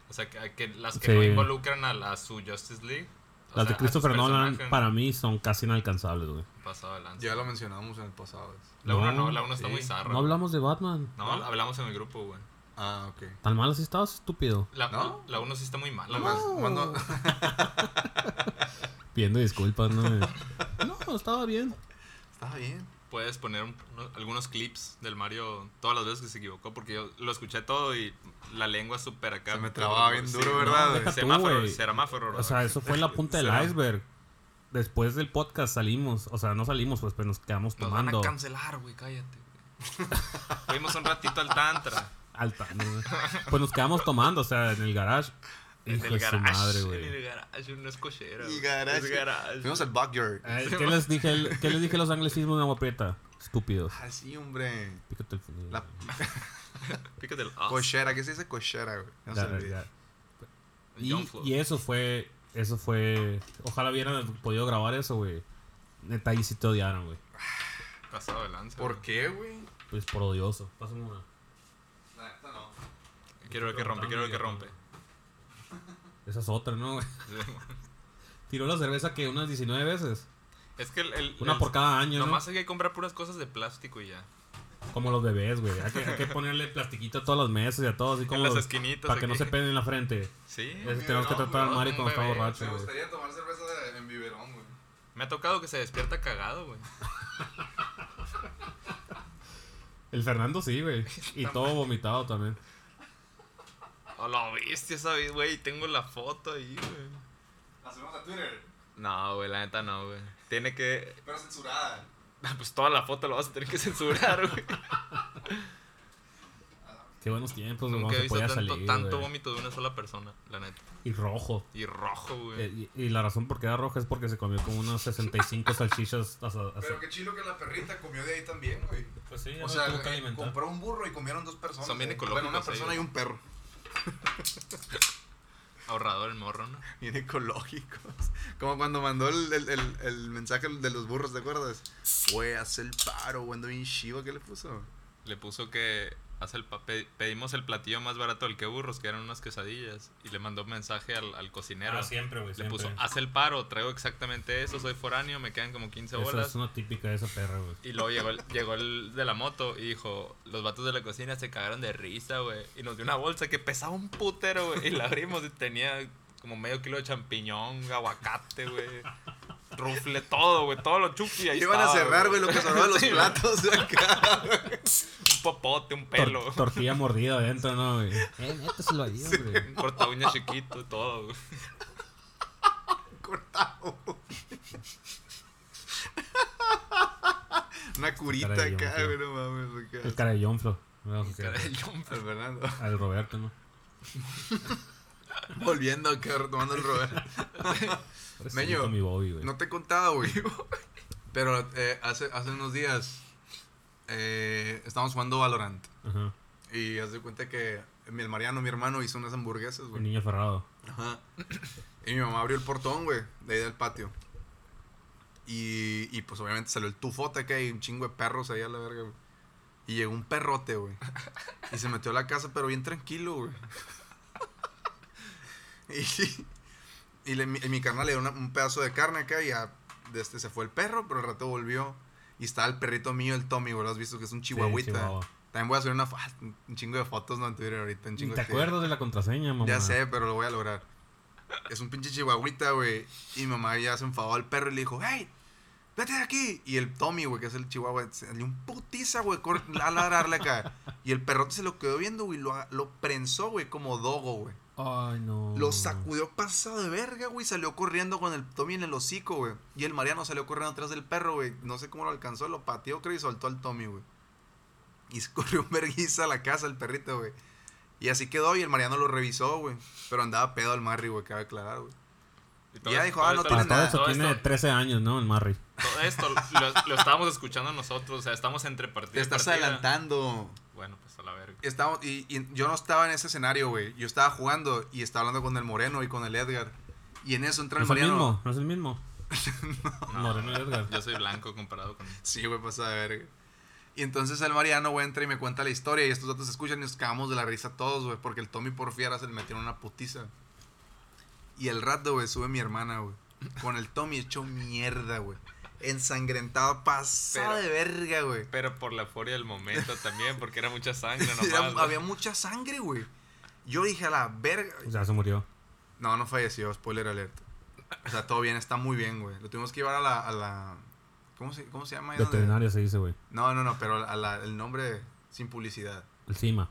S3: O sea, que, que las que no
S4: Sí.
S3: involucran a, la- a su Justice League. o
S4: Las de
S3: sea, a sus
S4: Christopher Nolan
S3: personajes,
S4: para mí son casi inalcanzables, güey.
S3: Pasado de lanza.
S2: Ya lo mencionábamos en el pasado. eso.
S3: La 1 no,
S4: No,
S3: la 1 está
S2: sí.
S3: muy zarra.
S4: No
S3: güey.
S4: hablamos de Batman.
S3: No, hablamos en el grupo, güey.
S2: Ah, ok.
S4: Tan mal así estabas, estúpido.
S3: La,
S2: ¿No?
S3: la 1 sí está muy mala.
S2: Nada más,
S3: güey.
S2: más no-
S4: Pidiendo disculpas, ¿no?
S3: <laughs>
S4: no, estaba bien.
S2: Está bien.
S3: Puedes poner un- uno- algunos clips del Mario todas las veces que se equivocó, porque yo lo escuché todo y la lengua súper acá.
S2: Se me trababa bien duro, ¿verdad, güey?
S4: Deja tú,
S3: semáforo,
S4: güey.
S3: semáforo,
S4: O sea, eso fue la
S3: <laughs>
S4: punta del
S3: Será.
S4: iceberg. Después del podcast salimos, o sea, no salimos, pues, pero nos quedamos
S3: Nos van a
S4: tomando.
S3: cancelar, güey, cállate. güey. Fuimos un ratito al Tantra.
S4: Alta,
S3: <laughs>
S4: ¿no? Pues nos quedamos tomando, o sea, en el garage.
S3: En
S4: Hijo
S3: el
S4: de su
S3: garage.
S4: madre,
S3: en el
S4: güey.
S3: garage, no es cochera.
S2: Y
S3: güey,
S2: garage.
S3: Es garage.
S2: Fuimos al backyard.
S4: Ay, ¿Qué les dije, el- qué les dije los anglicismos de agua prieta? Estúpidos.
S2: Ah, sí, hombre.
S4: Pícate el fundillo.
S2: La
S3: Pícate el
S4: Ah.
S2: cochera. ¿Qué se dice cochera, güey? No
S4: Ya,
S2: se olvide.
S4: ya. Y, y eso fue, eso fue. Ojalá hubieran podido grabar eso, güey. Neta, ahí sí te odiaron, güey.
S3: Pasado de lanza.
S2: ¿Por
S3: güey.
S2: qué, güey?
S4: Pues por odioso. Pásame una.
S2: La neta no.
S3: Quiero ver que rompe, quiero ver que rompe.
S4: Esa es otra, ¿no? <laughs> güey?
S3: Sí.
S4: Tiró la cerveza que unas 19 veces.
S3: Es que el. el-
S4: Una
S3: el-
S4: por cada año, ¿no?
S3: Nomás hay que comprar puras cosas de plástico y ya.
S4: Como los bebés, güey. Hay que, hay que ponerle plastiquito a todos los meses y a todos, así como.
S3: las
S4: los-
S3: esquinitas
S4: Para que
S3: aquí.
S4: no se peguen en la frente.
S3: Sí.
S4: Ese tenemos que
S2: no,
S4: tratar al
S2: güey,
S4: Mario
S3: un
S4: cuando está
S3: bebé.
S4: borracho, güey.
S2: tomar cerveza en biberón, güey.
S3: Me ha tocado que se despierta cagado, güey.
S4: El Fernando sí,
S3: <laughs>
S4: güey. Y todo vomitado también.
S3: Oh, lo viste esa vez, güey. Tengo la foto ahí, güey.
S2: La subimos a Twitter,
S3: No, güey, la neta no, güey. Tiene que. <laughs>
S2: pero censurada.
S3: Pues toda la foto la vas a tener que censurar, güey.
S4: Pues, Qué buenos tiempos, güey.
S3: Nunca
S4: cuando
S3: he
S4: se
S3: visto
S4: podía
S3: tanto,
S4: salir.
S3: tanto
S4: güey.
S3: vómito de una sola persona, la neta.
S4: Y rojo.
S3: Y rojo, güey.
S4: Eh, Y, y la razón por qué era roja es porque se comió como unas 65 salchichas. asa- asa-
S2: qué chido que la perrita comió de ahí también, güey.
S4: Pues sí,
S2: O sea, eh, compró un burro y comieron dos personas.
S3: Son bien
S2: güey.
S3: ecológicos
S2: Bueno, una persona
S3: ellos.
S2: y un perro. <laughs>
S3: Ahorrador el morro, ¿no?
S2: Bien ecológicos. Como cuando mandó el, el, el, el mensaje de los burros, ¿te acuerdas? Güey, haz el paro, güey. Ando bien chiva, ¿qué le puso?
S3: Le puso que. Hace el pa- pe- pedimos el platillo más barato del que burros, que eran unas quesadillas. Y le mandó un mensaje al, al cocinero.
S4: Ah, siempre, güey.
S3: Le
S4: siempre.
S3: puso, haz el paro, traigo exactamente eso, soy foráneo, me quedan como 15
S4: Esa
S3: bolas.
S4: es una típica de esa perra, güey.
S3: <laughs> Y luego llegó el, llegó el de la moto y dijo, los vatos de la cocina se cagaron de risa, güey. Y nos dio una bolsa que pesaba un putero, güey. Y la abrimos y tenía como medio kilo de champiñón, aguacate, güey. Rufle, todo, güey. Todo lo chuqui. Ahí
S2: Y iban a
S3: estaba,
S2: cerrar, güey, lo que sobró de los
S3: <laughs> Sí, güey.
S2: platos de
S3: <laughs>
S2: acá.
S3: Un popote, un
S4: Tor-
S3: pelo.
S4: tortilla mordida adentro, ¿no,
S3: <laughs>
S4: güey? <laughs> Eh, neta, se lo ahí, hombre.
S3: Un corta uña chiquito, todo, güey.
S4: <laughs>
S2: Cortado. Una curita
S4: Caray,
S2: acá,
S4: yo,
S2: güey, no mames. acá.
S4: El carayón, Flo. No, que-
S3: Carayón,
S2: Al Fernando. <laughs>
S4: Al Roberto, ¿no?
S2: Volviendo acá, retomando el Robert. Meño,
S4: Mi Bobby, güey.
S2: No te he contado, güey. Pero eh, hace, hace unos días eh, estábamos jugando Valorant.
S4: Ajá.
S2: Y haz de cuenta que mi- el Mariano, mi hermano, hizo unas hamburguesas,
S4: El
S2: güey.
S4: niño aferrado.
S2: Ajá. Y mi mamá abrió el portón, güey, de ahí del patio. Y, y, pues obviamente salió el tufote acá y un chingo de perros ahí a la verga, güey. Y llegó un perrote, güey. Y se metió a la casa, pero bien tranquilo, güey. <laughs> Y, y le- mi, mi carnal le dio una- un pedazo de carne acá y ya de este, se fue el perro, pero al rato volvió. Y estaba el perrito mío, el Tommy, güey. Lo has visto que es un chihuahuita.
S4: chihuahua.
S2: También voy a hacer una, fa- <laughs> un chingo de fotos no, en Twitter ahorita. Un
S4: Ni
S2: chingo
S4: te
S2: de-
S4: acuerdas de la contraseña, mamá.
S2: ya sé, pero lo voy a lograr. Es un pinche chihuahuita, güey. Y mi mamá ya se enfadó al perro y le dijo, ¡Hey! ¡Vete de aquí! Y el Tommy, güey, que es el chihuahua, se dio un putiza, güey, cor- a ladrarle acá. Y el perrote se lo quedó viendo, güey, lo, a- lo prensó, güey, como dogo, güey.
S4: Ay, no.
S2: Lo sacudió pasado de verga, güey. Salió corriendo con el Tommy en el hocico, güey. Y el Mariano salió corriendo atrás del perro, güey. No sé cómo lo alcanzó, lo pateó, creo, y soltó al Tommy, güey. y se <laughs> corrió un verguiza a la casa el perrito, güey. Y así quedó y el Mariano lo revisó, güey. Pero andaba pedo al Marri, güey, cabe aclarar, güey.
S3: Y
S2: Ya
S3: esto-
S2: dijo, ah, no
S3: esto-
S2: tiene
S4: Para todo
S2: nada.
S4: eso
S3: todo
S4: tiene
S3: esto-
S4: 13 años, ¿no? El Marry.
S3: Todo esto lo, lo estábamos escuchando nosotros, o sea, estamos entre partidas.
S2: Te estás adelantando.
S3: Bueno, pues a la verga.
S2: Estábamos, y, y yo no estaba en ese escenario, güey. Yo estaba jugando y estaba hablando con el Moreno y con el Edgar. Y en eso entra el
S4: No es el
S2: Mariano.
S4: mismo, no es el mismo.
S3: No,
S4: Moreno y Edgar.
S3: Yo soy blanco comparado con.
S2: Sí, güey, pasa de verga. Y entonces el Mariano, güey, entra y me cuenta la historia. Y estos datos se escuchan y nos cagamos de la risa todos, güey. Porque el Tommy por fiera se le metió una putiza. Y el rato, güey, sube mi hermana, güey. Con el Tommy hecho mierda, güey. Ensangrentado, pasado
S3: Pero-
S2: de verga, güey.
S3: Pero por la furia del momento también, porque era mucha sangre nomás.
S2: <laughs> Era-
S3: güey.
S2: había mucha sangre, güey. Yo dije a la verga.
S4: O sea, se murió.
S2: No, no falleció, spoiler alert. O sea, todo bien, está muy bien, güey. Lo tuvimos que llevar a la. A la ¿cómo, se, ¿Cómo se llama? ahí donde-
S4: Veterinaria se dice, güey.
S2: No, no, no, pero a la- el nombre sin publicidad.
S4: El CIMA.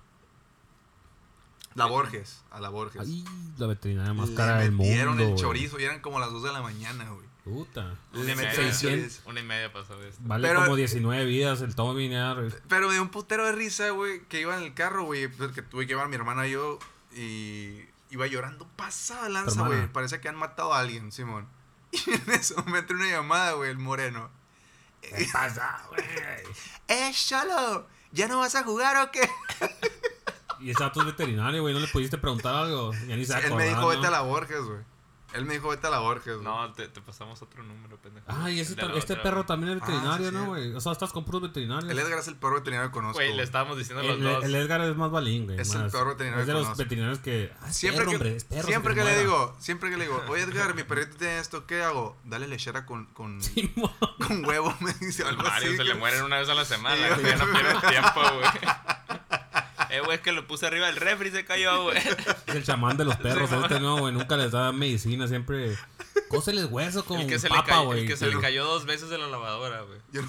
S2: La Borges, a la Borges.
S4: Ay, la veterinaria más
S2: Le
S4: cara del mundo.
S2: metieron el
S4: güey.
S2: chorizo y eran como las 2 de la mañana, güey.
S4: Puta.
S3: Una y
S2: Le
S3: media,
S2: metieron el
S4: 600.
S2: chorizo.
S3: Una y media pasó de esto.
S4: Vale
S2: Pero-
S4: como 19 vidas el Tommy. nada, güey.
S2: Pero me dio un putero de risa, güey, que iba en el carro, güey, pues, que tuve que llevar a mi hermana y yo y iba llorando pasada de lanza,
S4: hermana?
S2: güey. Parecía que han matado a alguien, Simón. <laughs> Y en eso me entró una llamada, güey, el moreno. <laughs>
S4: ¿Qué pasa, güey?
S2: ¡Eh, Cholo! ¿Ya no vas a jugar o qué?
S4: Y ese dato es veterinario, güey. No le pudiste preguntar algo. Ya ni se
S2: Él me
S4: acordaba,
S2: dijo, vete
S4: ¿no?
S2: a la Borges, güey. Él me dijo, vete a la Borges, güey.
S3: No, te, te pasamos otro número, pendejo.
S4: Ay, ese
S3: El de
S4: ta-
S3: la
S4: este
S3: otra,
S4: perro
S3: güey.
S4: también es
S2: Ah,
S4: veterinario,
S2: sí,
S4: ¿no,
S2: sí.
S4: güey? O sea, estás con puros veterinarios.
S2: El Edgar es el peor veterinario que conozco.
S3: Güey,
S2: güey.
S3: le estábamos diciendo los
S4: El-
S3: dos.
S4: el Edgar es más balín, güey.
S2: Es el
S4: más-
S2: peor veterinario
S4: Es de
S2: que
S4: los
S2: conozco.
S4: veterinarios que. ah, es
S2: Siempre
S4: perro,
S2: que,
S4: hombre, es perro,
S2: siempre
S4: se
S2: que
S4: te
S2: le
S4: muera. <laughs>
S2: digo, siempre que le digo, oye Edgar, mi perrito tiene esto, ¿qué hago? Dale lechera con,
S4: <laughs>
S2: con,
S4: Simón.
S2: con huevo, me dice
S3: Al
S2: <laughs> algo
S3: Mario
S2: así.
S3: se le mueren una vez a la semana.
S2: Sí, <laughs>
S3: güey, ya no pierdo tiempo, güey. Eh, güey, es que lo puse arriba del refri y se cayó, <laughs> güey.
S4: Es el
S2: <laughs>
S4: chamán de los perros,
S3: Simón.
S4: este no, güey. Nunca les da medicina, siempre. Cóseles hueso con
S3: El que, se, le
S4: papa,
S3: cayó, el
S4: güey.
S3: que se le cayó dos veces de la lavadora, güey.
S2: Yo no-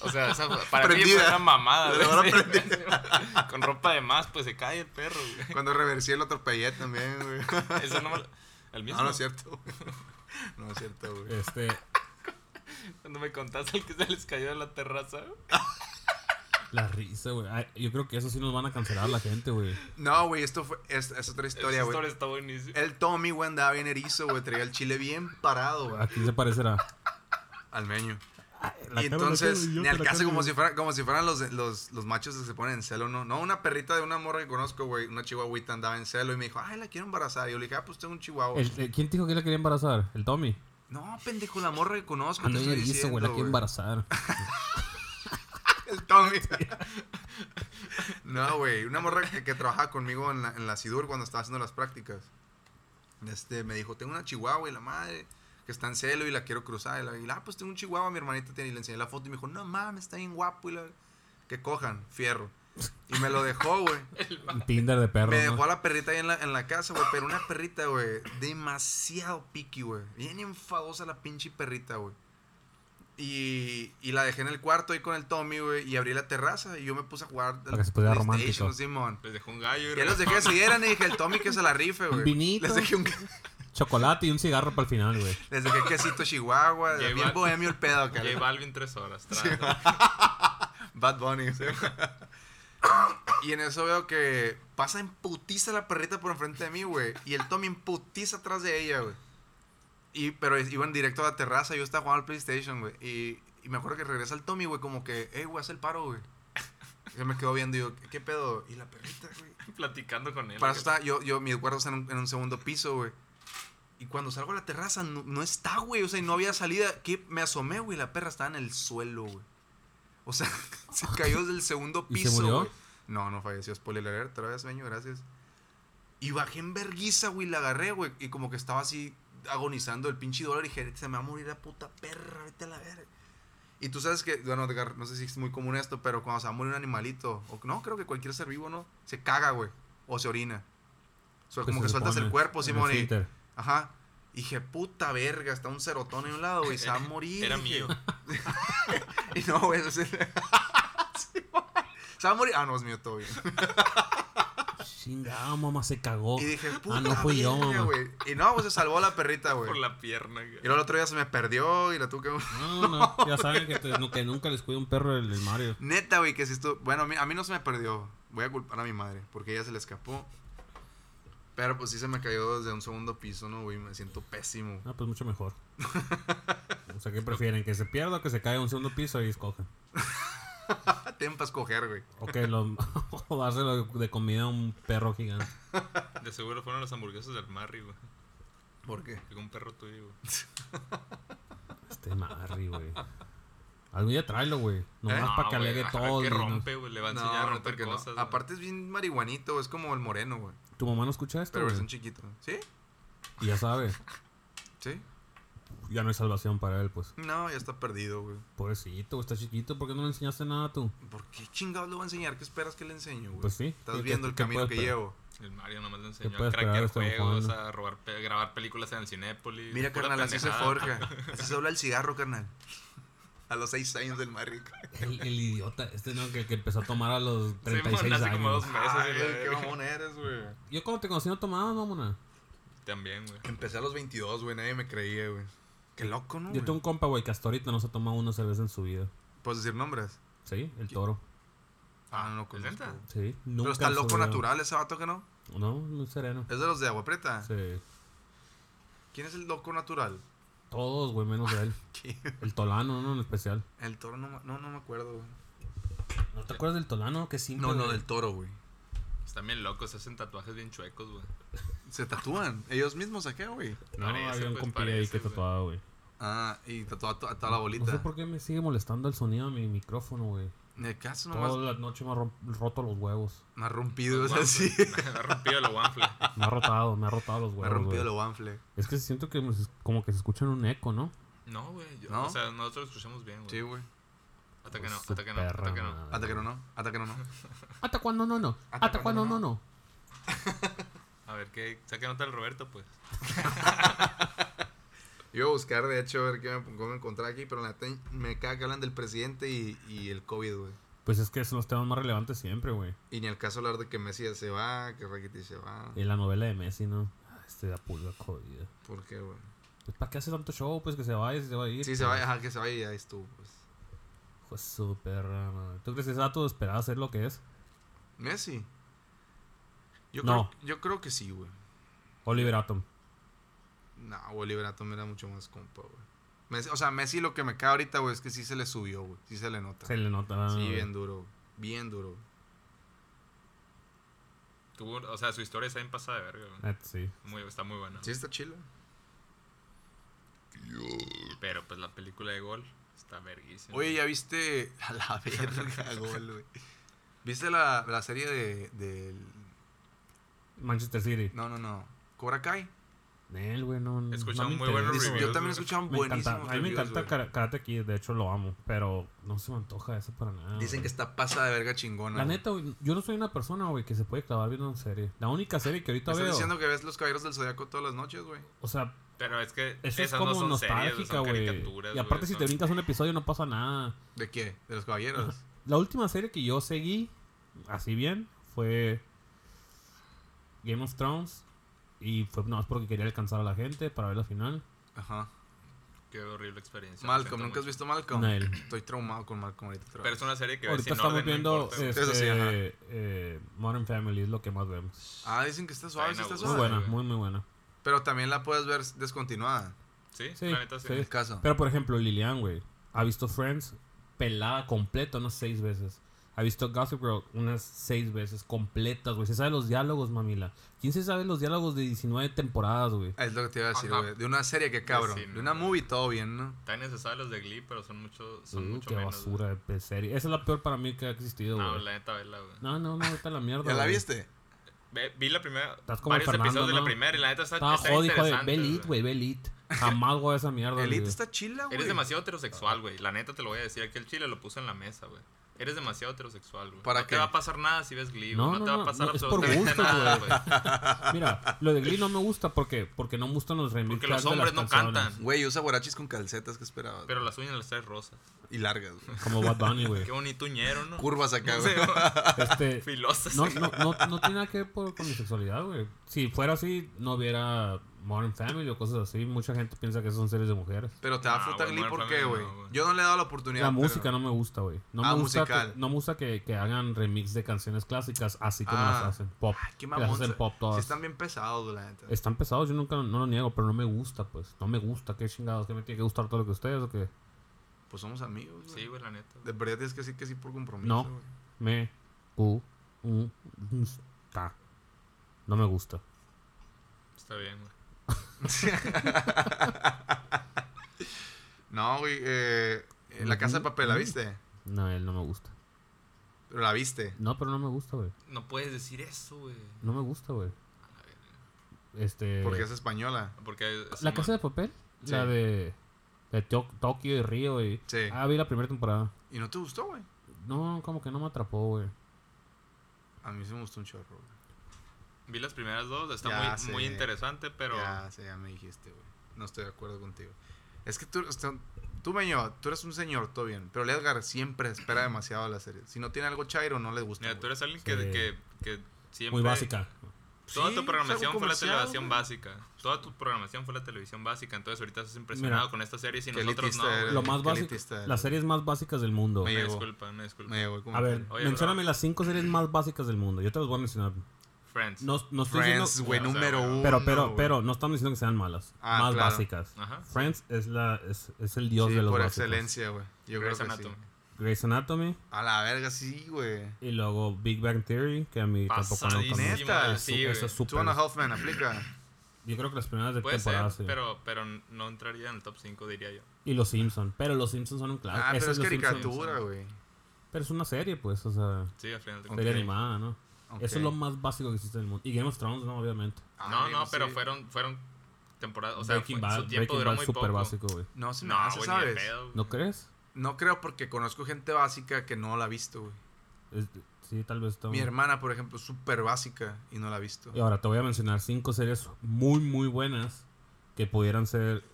S3: O sea, esa, para mí
S2: Prendida.
S3: fue una mamada,
S2: <laughs> La
S3: güey. <laughs>
S2: lavadora
S3: Con ropa de más, pues se cae el perro,
S2: <laughs>
S3: güey.
S2: Cuando reversé lo atropellé también, güey.
S3: Eso no me lo- El mismo.
S2: Ah, No, no es cierto. güey. No es cierto, güey.
S4: Este.
S3: Cuando me contaste el que se les cayó de la terraza, güey.
S4: La risa, güey. Ay, Yo creo que eso sí nos van a cancelar la gente, güey.
S2: No, güey, esto fue, es, es otra
S3: Esa
S2: historia,
S3: historia
S2: güey. Eh,
S3: está buenísima.
S2: El Tommy, güey, andaba bien erizo, güey. Traía el chile bien parado, güey.
S4: ¿A quién se parecerá? Ah.
S2: Al meño. y
S4: La cara de
S2: entonces,
S4: aquel, yo
S2: ni
S4: con
S2: al
S4: la
S2: caso
S4: cara
S2: como
S4: de-
S2: si, fuera, como si fueran los, los, los machos que se ponen en celo, ¿no? No, una perrita de una morra que conozco, güey, una chihuahuita andaba en celo y me dijo, ay, la quiero embarazar. Y yo le dije, ah, pues tengo un chihuahua.
S4: El- el- ¿Quién te dijo que la quería embarazar? ¿El Tommy? Ah,
S2: No, pendejo, la morra que conozco.
S4: Ando
S2: te estoy
S4: en erizo,
S2: diciendo,
S4: güey. La quiere
S2: güey.
S4: embarazar.
S2: El Tommy. <laughs> no, güey, una morra que, que trabajaba conmigo en la, en la Sidur cuando estaba haciendo las prácticas. Este, me dijo, tengo una chihuahua y la madre que está en celo y la quiero cruzar. Y la, y la, ah, pues tengo un chihuahua, mi hermanita tiene. Y le enseñé la foto y me dijo, no mames, está bien guapo. Y la, que cojan, fierro. Y me lo dejó, güey.
S4: Un Tinder de perro.
S2: Me
S4: ¿no?
S2: dejó a la perrita ahí en la, en la casa, güey. Pero una perrita, güey. Demasiado piqui, güey. Bien enfadosa la pinche perrita, güey. Y, y la dejé en el cuarto ahí con el Tommy, güey. Y abrí la terraza y yo me puse a jugar. al
S4: Para que se pusiera
S2: PlayStation,
S4: romántico.
S2: Simón.
S3: Les dejó un gallo,
S2: Ya
S3: güey.
S2: los dejé que siguieran y dije, el Tommy que se la rife, güey.
S4: Un vinito.
S2: Les dejé un
S4: Chocolate y un cigarro para el final, güey.
S2: les dejé quesito chihuahua.
S3: J
S2: bien
S3: Bal-
S2: bohemio el pedo, acá.
S3: J Balvin tres horas. tra-
S2: Bad Bunny. y en eso veo que pasa en putiza la perrita por enfrente de mí, güey. Y el Tommy en putiza atrás de ella, güey. Y, pero es- iban directo a la terraza, yo estaba jugando al PlayStation, güey. Y, y me acuerdo que regresa el Tommy, güey, como que, hey, güey, haz el paro, güey. Yo me quedo viendo y digo, ¿qué, qué pedo? Y la perrita, güey.
S3: <laughs> Platicando con él.
S2: Para eso estaba, yo, yo, mi cuarto está en un, en un segundo piso, güey. Y cuando salgo a la terraza, no, no está, güey. O sea, y no había salida. ¿Qué? Me asomé, güey. La perra estaba en el suelo, güey. O sea, <laughs> se cayó desde el segundo
S4: ¿Y se
S2: piso.
S4: murió?
S2: güey. No, no falleció. Spoiler alert. Otra vez, meño, gracias. Y bajé en verguiza, güey. La agarré, güey. Y como que estaba así agonizando el pinche dólar. Y dije, se me va a morir la puta perra. Vete a la verga. Y tú sabes que, bueno, Edgar, no sé si es muy común esto, pero cuando se va a morir un animalito, o no, creo que cualquier ser vivo, ¿no? Se caga, güey. O se orina. O sea,
S4: Pues
S2: como
S4: se
S2: que sueltas
S4: supone,
S2: el cuerpo,
S4: en
S2: Simón. y-
S4: esfínter.
S2: Ajá. Y dije, puta verga, está un cerotón en un lado, güey, se va a morir.
S3: <laughs> Era
S2: dije. <laughs>
S3: mío.
S2: Y no, güey, eso <laughs> es- Sí, güey. se va a morir. Ah, no, es mío todo bien.
S4: Sí, Chingado, mamá, se cagó.
S2: Y dije, puta
S4: ah, no fui yo,
S2: verga,
S4: mamá.
S2: güey. Y no, pues se salvó la perrita, güey.
S3: Por la pierna, güey.
S2: Y luego el otro día se me perdió y la tuve que...
S4: No, no,
S3: <laughs>
S4: ya saben que, te- que nunca les cuida un perro el, el Mario.
S2: Neta, güey, que si esto... Bueno, a mí, a mí no se me perdió. Voy a culpar a mi madre, porque ella se le escapó. Pero pues sí se me cayó desde un segundo piso, ¿no, güey? Me siento pésimo.
S4: Ah, pues mucho
S3: <laughs>
S4: mejor. O sea, ¿qué prefieren? ¿Que se pierda o que se caiga a un segundo piso y escogen?
S2: Ten para escoger, güey.
S4: O que lo, <laughs> o dárselo de comida a un perro gigante.
S3: De seguro fueron las hamburguesas del Marry, güey.
S2: ¿Por qué?
S3: Llegó un perro tuyo, güey.
S4: Este Marri, güey. Algún día tráelo, güey. Nomás
S2: Ah,
S4: para que
S3: Eh, güey,
S4: alegue
S3: ajá,
S4: todo.
S3: Que
S4: y no-
S3: rompe, güey. Le va a enseñar a
S2: neta
S3: romper
S2: que no.
S3: cosas. güey.
S2: Aparte es bien marihuanito, es como el moreno, güey.
S4: ¿Tu mamá no escucha esto?
S2: Pero
S4: güey?
S2: versión chiquito. ¿Sí?
S4: Y ya sabe,
S2: ¿Sí?
S4: ya no hay salvación para él, pues.
S2: No, ya está perdido, güey.
S4: Pobrecito, está chiquito, ¿por qué no le enseñaste nada
S3: <laughs>
S4: tú?
S2: ¿Por qué chingados lo va a enseñar? ¿Qué esperas que le enseñe, güey?
S4: Pues sí. ¿Y
S2: Estás
S4: qué-
S2: viendo el
S4: qué
S2: camino
S4: puedes
S2: que
S4: esperar?
S2: llevo.
S3: El Mario nomás le enseñó
S4: puede
S3: a
S4: esperar
S3: craquear
S4: este don
S3: juegos,
S4: Juan?
S3: a robar pe- grabar películas en el Cinépolis.
S2: Mira,
S3: pura
S2: carnal, así se
S3: pendejada.
S2: forja. Así <laughs> se habla el cigarro, carnal. A los seis años del Mario.
S4: El, el idiota, este no, que, que empezó a tomar a los
S3: Sí, mon,
S4: 36
S3: hace
S4: años.
S3: como dos meses.
S2: Ay,
S3: y la
S2: qué
S3: verga.
S2: mamón eres, güey.
S4: Yo cuando te conocí no tomaba, mamona.
S3: También, güey.
S2: Empecé a los 22, güey. Nadie me creía, güey. Qué loco, ¿no?
S4: Yo
S2: güey?
S4: tengo un compa, güey, que hasta ahorita no se ha tomado una cerveza en su vida.
S2: ¿Puedes decir nombres?
S4: Sí, el toro.
S2: Ah, no, lo
S3: ¿Es
S2: conozco.
S3: neta?
S4: Sí, nunca.
S2: Pero está
S4: en su
S2: loco
S4: vida.
S2: natural ese vato que no.
S4: No, muy sereno.
S2: Es de los de Agua Preta.
S4: Sí.
S2: ¿Quién es el loco natural?
S4: Todos, güey, menos él. El tolano, ¿no? En especial.
S2: El toro no, me- no, no me acuerdo, güey.
S4: ¿No te acuerdas del tolano? Que simple.
S2: No, no,
S4: güey.
S2: del toro, güey.
S3: Están bien locos, se hacen tatuajes bien chuecos, güey.
S2: Se tatúan. Ellos mismos acá, güey.
S4: No,
S3: Parece,
S4: había un
S3: pues,
S4: compilla ahí
S3: parece,
S4: que
S3: güey.
S4: tatuaba, güey.
S2: Ah, y tatuaba to- a toda la
S4: No sé
S2: bolita.
S4: por qué me sigue molestando el sonido de mi micrófono, güey.
S2: En el caso nomás
S4: Toda la noche me ha rom- roto los huevos.
S2: me ha <laughs> rompido, es
S3: Waffle.
S2: así.
S3: Me <laughs> ha rompido la waffle.
S4: Me ha rotado, me ha rotado
S2: <laughs>
S4: los
S2: Me ha
S4: huevos.
S2: rompido
S4: güey.
S2: el wanfle.
S4: Es que siento que nos- como que se escucha un eco, ¿no?
S3: No, güey. yo-
S2: ¿No?
S3: O sea, nosotros lo escuchamos bien,
S2: Sí,
S3: güey.
S2: güey.
S3: Hasta que no,
S4: Su
S3: hasta que no,
S4: perra
S3: hasta que no.
S4: madre.
S2: Hasta que no, no. Hasta que no, no.
S4: ¿Hasta cuándo no, no?
S2: ¿Hasta
S4: ¿Hasta,
S2: cuándo
S4: cuándo no, no?
S3: A ver, ¿qué? Saca nota el Roberto, pues.
S2: Yo <laughs> iba a buscar, de hecho, a ver qué me, cómo me encontré aquí, pero la neta me caga que hablan del presidente y, y el COVID, güey.
S4: Pues es que son los temas más relevantes siempre, güey.
S2: Y ni al caso hablar de que Messi se va, que Rakitic se va.
S4: Y la novela de Messi, ¿no? Ah, Este de pulga jodida.
S2: ¿Por qué, güey?
S4: Pues ¿para qué hace tanto show? Pues que se vaya, si se va a ir.
S2: Sí, se va, ajá, que se vaya y ya estuvo, pues.
S4: Pues su perra, madre. ¿Tú crees que ese dato esperaba ser lo que es?
S2: Messi. Yo,
S4: No.
S2: creo, yo creo que sí, güey.
S4: Oliver Atom.
S2: No, güey, Liberato me era mucho más compa, güey. Messi- o sea, Messi lo que me cae ahorita, güey, es que sí se le subió, güey. Sí se le nota.
S4: Se le nota.
S2: sí,
S4: güey.
S2: bien duro, güey. bien duro.
S3: Tuvo, o sea, su historia está bien pasada de verga, güey.
S4: Eh, sí.
S3: Muy, está muy buena.
S2: Sí está chila.
S3: Pero pues la película de gol está verguísima.
S2: Oye, ¿ya viste a la <laughs> verga, gol, güey? ¿Viste la, la serie de, del-
S4: Manchester City.
S2: No, no, no. Cobra Kai.
S4: Nel, güey, no. no
S3: Escuchaba
S4: me
S3: muy buenos
S4: interesa,
S2: Dice,
S4: güey.
S2: yo
S3: reviews,
S2: también
S3: güey.
S2: escuchaban
S4: Me encanta,
S2: buenísimos
S4: a mí me
S2: reviews,
S4: encanta
S2: güey.
S4: Kara- Karate Kid, de hecho lo amo, pero no se me antoja eso para nada.
S2: Dicen que
S4: güey.
S2: está pasada de verga chingona.
S4: La
S2: güey.
S4: neta, güey, yo no soy una persona, güey, que se puede clavar viendo una serie. La única serie que ahorita
S2: ¿Me estás
S4: veo.
S2: diciendo que ves Los Caballeros del Zodiaco todas las noches, güey?
S4: O sea,
S3: Pero es que
S4: eso es
S3: esas
S4: como
S3: no son series,
S4: nostálgica,
S3: son
S4: güey.
S3: caricaturas.
S4: Y aparte,
S3: güey,
S4: si te
S3: son-
S4: brincas un episodio, no pasa nada.
S2: ¿De qué? ¿De Los Caballeros?
S4: La última serie que yo seguí, así bien, fue Game of Thrones. Y fue nomás porque quería alcanzar a la gente para ver la final.
S2: Ajá.
S3: Qué horrible experiencia. lo
S2: Malcolm,
S3: siento
S2: ¿nunca has
S3: mucho.
S2: visto Malcolm?
S4: Nel.
S2: Estoy traumado con Malcolm ahorita. otra
S3: Pero
S2: vez.
S3: es una serie que ves
S4: Ahorita
S3: sin
S4: estamos
S3: orden, no
S4: viendo
S3: importa, güey.
S4: este,
S2: Eso sí, ajá.
S4: eh, Modern Family, es lo que más vemos.
S2: Ah, dicen que está suave, sí está
S3: Está
S4: Muy
S2: suave.
S3: bien
S4: buena,
S3: güey.
S4: muy, muy buena.
S2: Pero también la puedes ver descontinuada.
S3: ¿Sí?
S4: Sí,
S3: la neta sí.
S2: En
S4: sí.
S2: el caso.
S4: Pero por ejemplo, Lilian, güey, ha visto Friends pelada completo unas seis veces. Ha visto Gossip Girl unas seis veces completas, güey. Se sabe los diálogos, mamila. ¿Quién se sabe los diálogos de 19 temporadas, güey?
S2: es lo que te iba a decir,
S3: Ajá.
S2: güey. De una serie que cabrón.
S3: Sí, no,
S2: de una
S3: güey.
S2: movie todo bien, ¿no?
S3: Está innecesaria los de Glee, pero son mucho, son
S4: Uh,
S3: mucho
S4: qué
S3: menos. güey.
S4: basura de serie. Esa es la peor para mí que ha existido,
S3: No,
S4: güey.
S3: la neta, vela, güey.
S4: No, no, no, está la mierda.
S2: ¿Ya la
S4: güey.
S2: viste?
S3: Ve- Vi la primera.
S4: Estás como
S3: varios
S4: Fernando,
S3: episodios de la
S4: ¿no?
S3: primera y la neta está,
S4: Estaba
S3: está
S4: jodido, hijo de
S3: interesante.
S4: Belit, güey, Belit. Jamás voy a esa mierda, güey.
S2: Elite está chila, güey.
S3: Eres demasiado heterosexual, güey. La neta te lo voy a decir. Aquí el chile lo puso en la mesa, güey. Eres demasiado heterosexual, güey.
S2: ¿Para
S3: no
S2: qué?
S3: te va a pasar nada si ves Glee, güey.
S4: No,
S3: No,
S4: no,
S3: te va
S4: no,
S3: a pasar
S4: no, es por
S3: absolutamente
S4: gusto,
S3: nada,
S4: güey.
S3: güey.
S4: Mira, lo de Glee no me gusta porque porque no me gustan los remixes.
S3: Porque los hombres no cantan.
S2: Güey, usa guarachis con calcetas, ¿qué esperabas?
S3: Pero las uñas las traes rosas.
S2: Y largas, güey.
S3: <laughs>
S4: Como Bad Bunny, güey.
S3: Qué bonito uñero, ¿no? <laughs>
S2: Curvas acá,
S3: No
S2: güey.
S3: sé, güey. <laughs>
S4: Este,
S3: Filosas.
S4: no, no, no, no tiene nada que ver por- con mi sexualidad, güey. Si fuera así, no hubiera Modern Family o cosas así. Mucha gente piensa que son series de mujeres.
S2: Pero te va a
S3: Nah,
S2: frutar
S3: güey,
S2: Glee, ¿por
S3: Modern
S2: qué,
S3: Family
S2: güey?
S3: no, güey.
S2: Yo no le he dado la oportunidad.
S4: La
S2: pero-
S4: música no me gusta, güey. No,
S2: Ah,
S4: me gusta que-
S2: musical.
S4: no me gusta que, que hagan remix de canciones clásicas así como
S2: Ah.
S4: las hacen pop.
S2: Ay, Qué
S4: Las
S2: mamón.
S4: hacen
S2: se-
S4: pop todas.
S2: Sí están bien pesados, güey, la neta.
S4: Están pesados, yo nunca no lo niego, pero no me gusta, pues. No me gusta, qué chingados, que me tiene que gustar todo lo que ustedes o que
S2: Pues somos amigos, güey.
S3: Sí, güey, la neta. güey.
S2: De verdad tienes que decir que sí por compromiso,
S4: No.
S2: güey.
S4: me gusta. No me gusta.
S3: Está bien, güey.
S2: No, güey. eh, eh, la casa de papel, ¿la viste?
S4: No, él no me gusta.
S2: Pero la viste.
S4: No, pero no me gusta, güey.
S3: No puedes decir eso, güey.
S4: No me gusta, güey. Este
S2: Porque es española.
S3: Porque es
S4: La
S3: un-
S4: casa de papel,
S2: Sí.
S4: la de de To- Tokio y Río y
S2: Sí.
S4: Ah, vi la primera temporada.
S2: ¿Y no te gustó, güey?
S4: No, como que no me atrapó, güey.
S2: A mí se me gustó un chorro, güey.
S3: Vi las primeras dos, está
S2: Ya
S3: muy,
S2: sé.
S3: muy interesante, pero
S2: Ya, sí, ya me dijiste, güey. No estoy de acuerdo contigo. Es que tú, o sea, tú, meño, tú eres un señor, todo bien. Pero el Edgar siempre espera demasiado a la serie. Si no tiene algo chairo, no le gusta.
S3: mira, tú
S2: güey.
S3: eres alguien que,
S4: Sí.
S3: que, que siempre...
S4: Muy básica. pues,
S3: Toda
S2: Sí,
S3: tu programación
S2: algo
S3: fue la
S2: comercial,
S3: televisión
S2: güey.
S3: básica. Toda tu programación fue la televisión básica. Entonces ahorita estás impresionado
S4: Mira.
S3: con esta serie y
S2: Qué
S3: nosotros no.
S2: elitista
S3: güey.
S2: eres.
S4: Lo más
S2: Qué
S4: básico,
S2: elitista eres.
S4: las series más básicas del mundo.
S2: Me
S3: Me
S2: llegó.
S3: disculpa, me disculpa.
S2: Me llegó como
S4: A ver,
S2: que-
S3: Oye,
S4: mencióname
S3: bro.
S4: las cinco series más básicas del mundo. Yo te las voy a
S3: <laughs>
S4: mencionar.
S3: Friends.
S4: No, no estoy
S2: Friends,
S4: diciendo-
S2: güey,
S3: o sea,
S2: número
S3: güey.
S2: uno.
S4: pero, pero,
S2: güey.
S4: pero, no estamos diciendo que sean malas.
S2: Ah,
S4: más
S2: claro.
S4: básicas.
S3: Ajá.
S4: Friends es, la, es, es el dios
S2: Sí,
S4: de los
S2: por
S4: básicos.
S2: excelencia, güey. Yo creo
S3: Grey's
S2: que sí.
S3: Anatomy.
S4: Grey's Anatomy.
S2: A la verga, sí, güey.
S4: Y luego Big Bang Theory, que a mí tampoco me gusta. mucho.
S3: Pasadísimo.
S2: Neta,
S3: güey.
S4: Su-
S3: Sí,
S4: esa
S3: güey.
S4: es súper-
S2: Two and a Half Men,
S4: <clears throat>
S2: aplica.
S4: Yo creo que las primeras de
S3: Puede
S4: temporada. sí.
S3: ser, pero, pero no entraría en el top 5, diría yo.
S4: Y los Simpsons. Pero los Simpsons son un clásico.
S2: Ah,
S4: Esa
S2: pero es
S4: Los Simpson.
S2: caricatura, güey.
S4: Pero es una serie, pues. O sea,
S3: Sí, al final. de
S2: Ok.
S4: serie animada, ¿no?
S2: Ok.
S4: Eso es lo más básico que existe en el mundo. Y Game of Thrones, no, obviamente.
S2: Ah,
S3: No,
S2: güey,
S3: no, pero
S2: sé.
S3: fueron, fueron temporadas. O sea,
S4: Breaking
S3: fue-
S4: Bad,
S3: su tiempo
S4: Breaking
S3: duró
S4: Bad
S3: muy
S4: es súper
S3: poco.
S4: básico, güey.
S2: No, se me
S3: No,
S2: hace,
S3: güey, ni de
S2: ¿sabes?
S3: pedo. güey.
S4: ¿No crees?
S2: No creo porque conozco gente básica que no la ha visto, güey.
S4: Es- sí, tal vez. estamos-
S2: Mi hermana, por ejemplo, es súper básica y no la ha visto.
S4: Y ahora te voy a mencionar cinco series muy, muy buenas que pudieran ser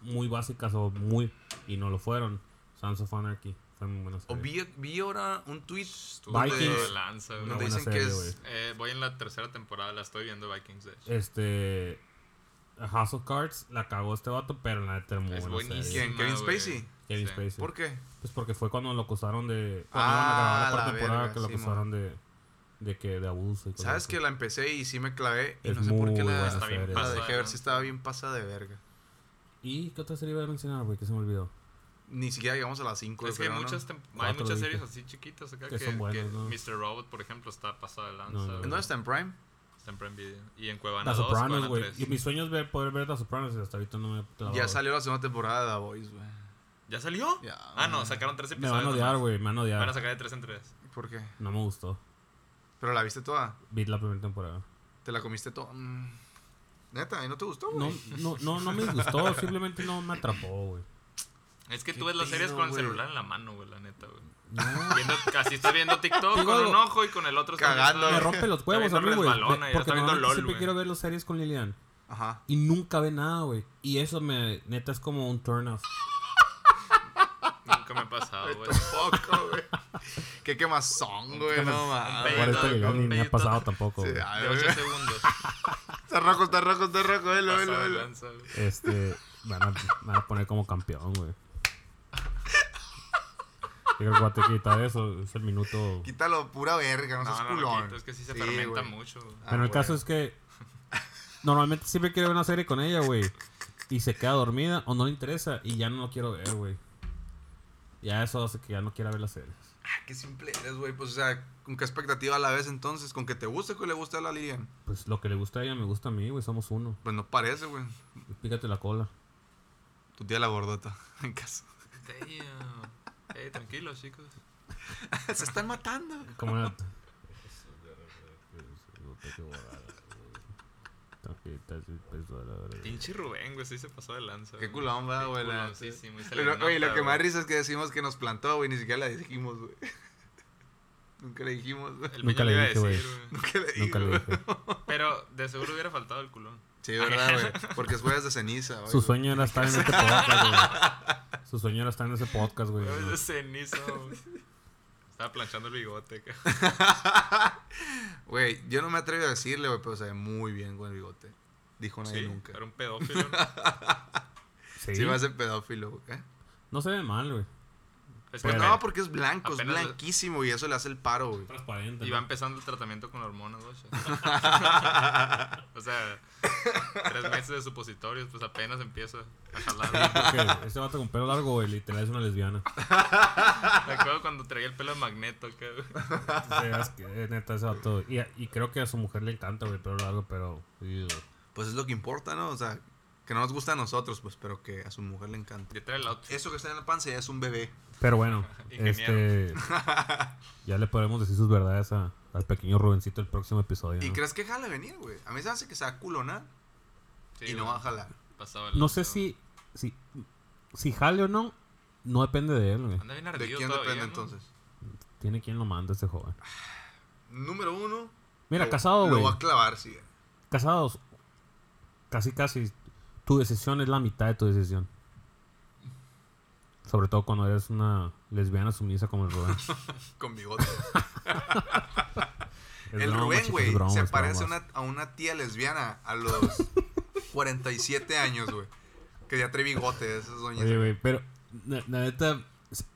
S4: muy básicas o muy. y no lo fueron. Sons of Anarchy fue muy buena
S2: O
S4: serie.
S2: vi, vi ahora un tweet
S3: Estuvo de
S4: Vikings.
S3: lanza, güey.
S4: Una
S2: donde
S4: buena
S2: dicen que
S4: serie,
S2: es.
S3: Eh, voy en la tercera temporada, la estoy viendo Vikings. de hecho.
S4: Este. House of Cards la cagó este vato, pero la neta era muy
S3: Es
S4: buena serie.
S3: buenísima.
S2: ¿Quién? ¿Kevin
S3: güey.
S2: Spacey?
S4: Kevin
S3: Sí.
S4: Spacey.
S2: ¿Por qué?
S4: Pues porque fue cuando lo acusaron de. Cuando
S2: Ah,
S4: iban a grabar la
S2: la
S4: cuarta temporada
S2: verga,
S4: que lo
S2: sí,
S4: acusaron de. de que de abuso y cosas
S2: ¿Sabes
S4: así.
S2: que la empecé y sí me clavé? Y
S4: Es
S2: no sé por qué
S4: muy
S2: la,
S4: buena
S3: Está bien
S2: la
S4: serie.
S3: pasada,
S2: dejé ver
S3: ¿no?
S2: si estaba bien pasada de verga.
S4: ¿Y qué otra serie iba a mencionar, güey? Que se me olvidó.
S2: Ni siquiera llegamos a las 5.
S3: Es que hay muchas, tem- hay
S4: Cuatro
S3: muchas
S4: dije.
S3: series así chiquitas acá
S4: Que
S3: que,
S4: son buenas,
S3: que
S4: ¿no?
S3: Mr. Robot, por ejemplo, está pasada de lanza.
S4: No, no,
S3: güey.
S2: ¿No está en Prime?
S3: Está en Prime Video. Y en Cuevana
S4: Las
S3: 2,
S4: Sopranos,
S3: Cuevana
S4: güey. Y
S3: 3.
S4: mi sueño es ver, poder ver Las Sopranos y hasta ahorita no me he clavado.
S2: Ya salió la segunda temporada de The Voice, güey.
S3: ¿Ya salió?
S2: Ya,
S3: ah, no,
S2: güey.
S3: sacaron tres
S4: Me
S3: episodios.
S4: van a odiar,
S3: nomás.
S4: güey. Me van a odiar.
S3: Van a sacar de tres en tres.
S2: ¿Por qué?
S4: No me gustó.
S2: ¿Pero la viste toda?
S4: Vi la primera temporada.
S2: ¿Te la comiste toda? Mm. Neta, ¿y no te gustó,
S4: No,
S2: güey?
S4: no, no, no me
S3: <laughs>
S4: disgustó. simplemente no me atrapó, güey.
S3: Es que
S2: Qué
S3: tú ves las series
S2: pedo,
S3: con el
S2: güey.
S3: celular en la mano, güey, la neta, güey.
S4: No.
S3: <laughs> Viendo, así estás viendo TikTok
S4: Digo
S3: con
S4: algo.
S3: un ojo y con el otro estás
S2: Cagando.
S4: Me
S3: viendo-
S4: rompe los
S3: Está
S4: huevos
S3: viendo
S4: a mí, güey.
S3: resbalona, ya
S4: Porque
S3: está viendo
S4: normalmente
S3: LOL,
S4: siempre
S3: güey.
S4: quiero ver las series con Lilian.
S2: Ajá.
S4: Y nunca ve nada, güey. Y eso me, neta, es como un turn off.
S3: Nunca me ha pasado,
S2: <laughs>
S3: güey.
S2: Poco, güey. Qué quemazón, güey. No mames.
S3: Pero
S4: Por esto
S3: todo
S4: que yo ni me ha
S3: completo.
S4: pasado tampoco,
S2: Sí, ah. <laughs> ay,
S4: güey.
S3: De
S2: güey.
S3: 8 segundos.
S2: Está rojo, está rojo, está rojo. Velo, velo,
S3: Pasado de
S2: velo.
S3: lanza, güey.
S4: Este, van a, van a poner como campeón, güey. Yo creo que voy a tener que quitar eso. Es el minuto.
S2: Quítalo, pura verga, no, seas
S3: No, no, no,
S2: culón.
S3: Quito, es que sí se fermenta
S2: güey.
S3: mucho. güey.
S2: Ah,
S4: Pero el
S2: güey.
S4: caso es que normalmente siempre quiero ver una serie con ella, güey. Y se queda dormida o no le interesa y ya no lo quiero ver, güey. Ya eso hace que ya no quiera ver las series.
S2: Ah, qué simple eres, güey. Pues, o sea, ¿con qué expectativa a la vez entonces? ¿Con que te guste o que le guste a la Lilian?
S4: Pues lo que le gusta a ella me gusta a mí, güey. Somos uno.
S2: Pues no parece, güey.
S4: Pícate la cola.
S2: Tu tía la gordota, <laughs> en
S3: <laughs>
S2: casa.
S3: Damn. eh, Ey, tranquilos, chicos.
S2: Se están matando.
S4: ¿Cómo era? etiquetas. empezó a la verdad.
S3: Pinche Rubén, güey, sí se pasó de lanza.
S2: Qué
S3: güey.
S2: culón, ¿verdad, güey. La-
S3: culoncísimo, y se le
S2: Pero,
S3: nota,
S2: Oye, lo que
S3: güey.
S2: más risa es que decimos que nos plantó, güey. Ni siquiera la dijimos, güey. <laughs> Nunca le dijimos, güey.
S3: El
S4: Nunca
S3: Peña
S4: le
S3: iba a
S4: dije, güey.
S3: decir, güey.
S2: Nunca le
S4: Nunca le
S2: dijimos.
S4: dije.
S3: Pero de seguro hubiera faltado el culón.
S2: Sí, ¿verdad,
S3: <laughs>
S2: güey? Porque es jueves de ceniza, güey.
S4: Su sueño era estar en este podcast, güey. Su sueño era estar en ese podcast, <laughs> güey.
S3: Huevos
S4: ¿no?
S3: de cenizo. güey. Estaba planchando el bigote. ca-
S2: <laughs> Güey, yo no me atrevo a decirle, güey, pero se ve muy bien con el bigote. Dijo nadie
S3: Sí,
S2: nunca.
S3: era
S4: <laughs>
S3: un pedófilo. ¿no?
S4: Sí.
S2: Sí, va a ser pedófilo, güey. ¿eh?
S4: No se ve mal, güey.
S3: Es
S4: Pero-
S3: que
S2: No, porque es blanco, es
S3: Apenas-
S2: blanquísimo y eso le hace el paro, güey.
S4: Transparente.
S3: Y
S4: ¿no?
S3: va empezando el tratamiento con hormonas,
S2: <laughs>
S3: güey. o sea, tres meses de supositorios, pues apenas empieza a
S2: <laughs>
S3: jalar.
S4: Porque ese vato con pelo largo, güey, literal es una lesbiana.
S3: Me acuerdo cuando traía el pelo de magneto, cabrón.
S4: O sea, es que, eh, neta, ese vato. Y, y creo que a su mujer le encanta, güey, el pelo largo, pero. Ew.
S2: Pues es lo que importa, ¿no? O sea, que no nos gusta a nosotros, pues, pero que a su mujer le encanta.
S3: Yo traía el outfit.
S2: Eso que está en la panza ya es un bebé.
S4: Pero bueno,
S3: Ingeniero.
S4: este. Ya le podemos decir sus verdades a- al pequeño Rubencito el próximo episodio.
S2: ¿Y
S4: ¿no?
S2: crees que jala venir, güey? A mí se me hace que se va a culonar
S3: Sí,
S2: y no
S3: güey.
S2: va a jalar.
S3: Pasaba el
S4: No sé
S3: otro.
S4: si, si. Si jale o no, no depende de él, güey.
S3: Anda bien
S2: ¿De
S3: ardido
S2: quién
S3: todavía,
S2: depende
S3: ¿no?
S2: entonces?
S4: Tiene quien lo manda ese joven.
S2: Número uno.
S4: Mira,
S2: lo- Eh,
S4: casado,
S2: Lo
S4: güey.
S2: va a clavar, sí.
S4: Casados. Casi, casi. Tu decisión es la mitad de tu decisión. Sobre todo cuando eres una lesbiana sumisa como
S2: <laughs>
S4: el Rubén.
S2: Con
S4: <laughs>
S2: bigote.
S4: Es
S2: El
S4: broma,
S2: Rubén,
S4: chicos,
S2: güey,
S4: es broma,
S2: se
S4: es broma.
S2: parece a una, a una tía lesbiana a
S4: <laughs>
S2: los 47 años, güey. Que ya trae bigote, esas doñas.
S4: Oye, güey, pero na- la neta,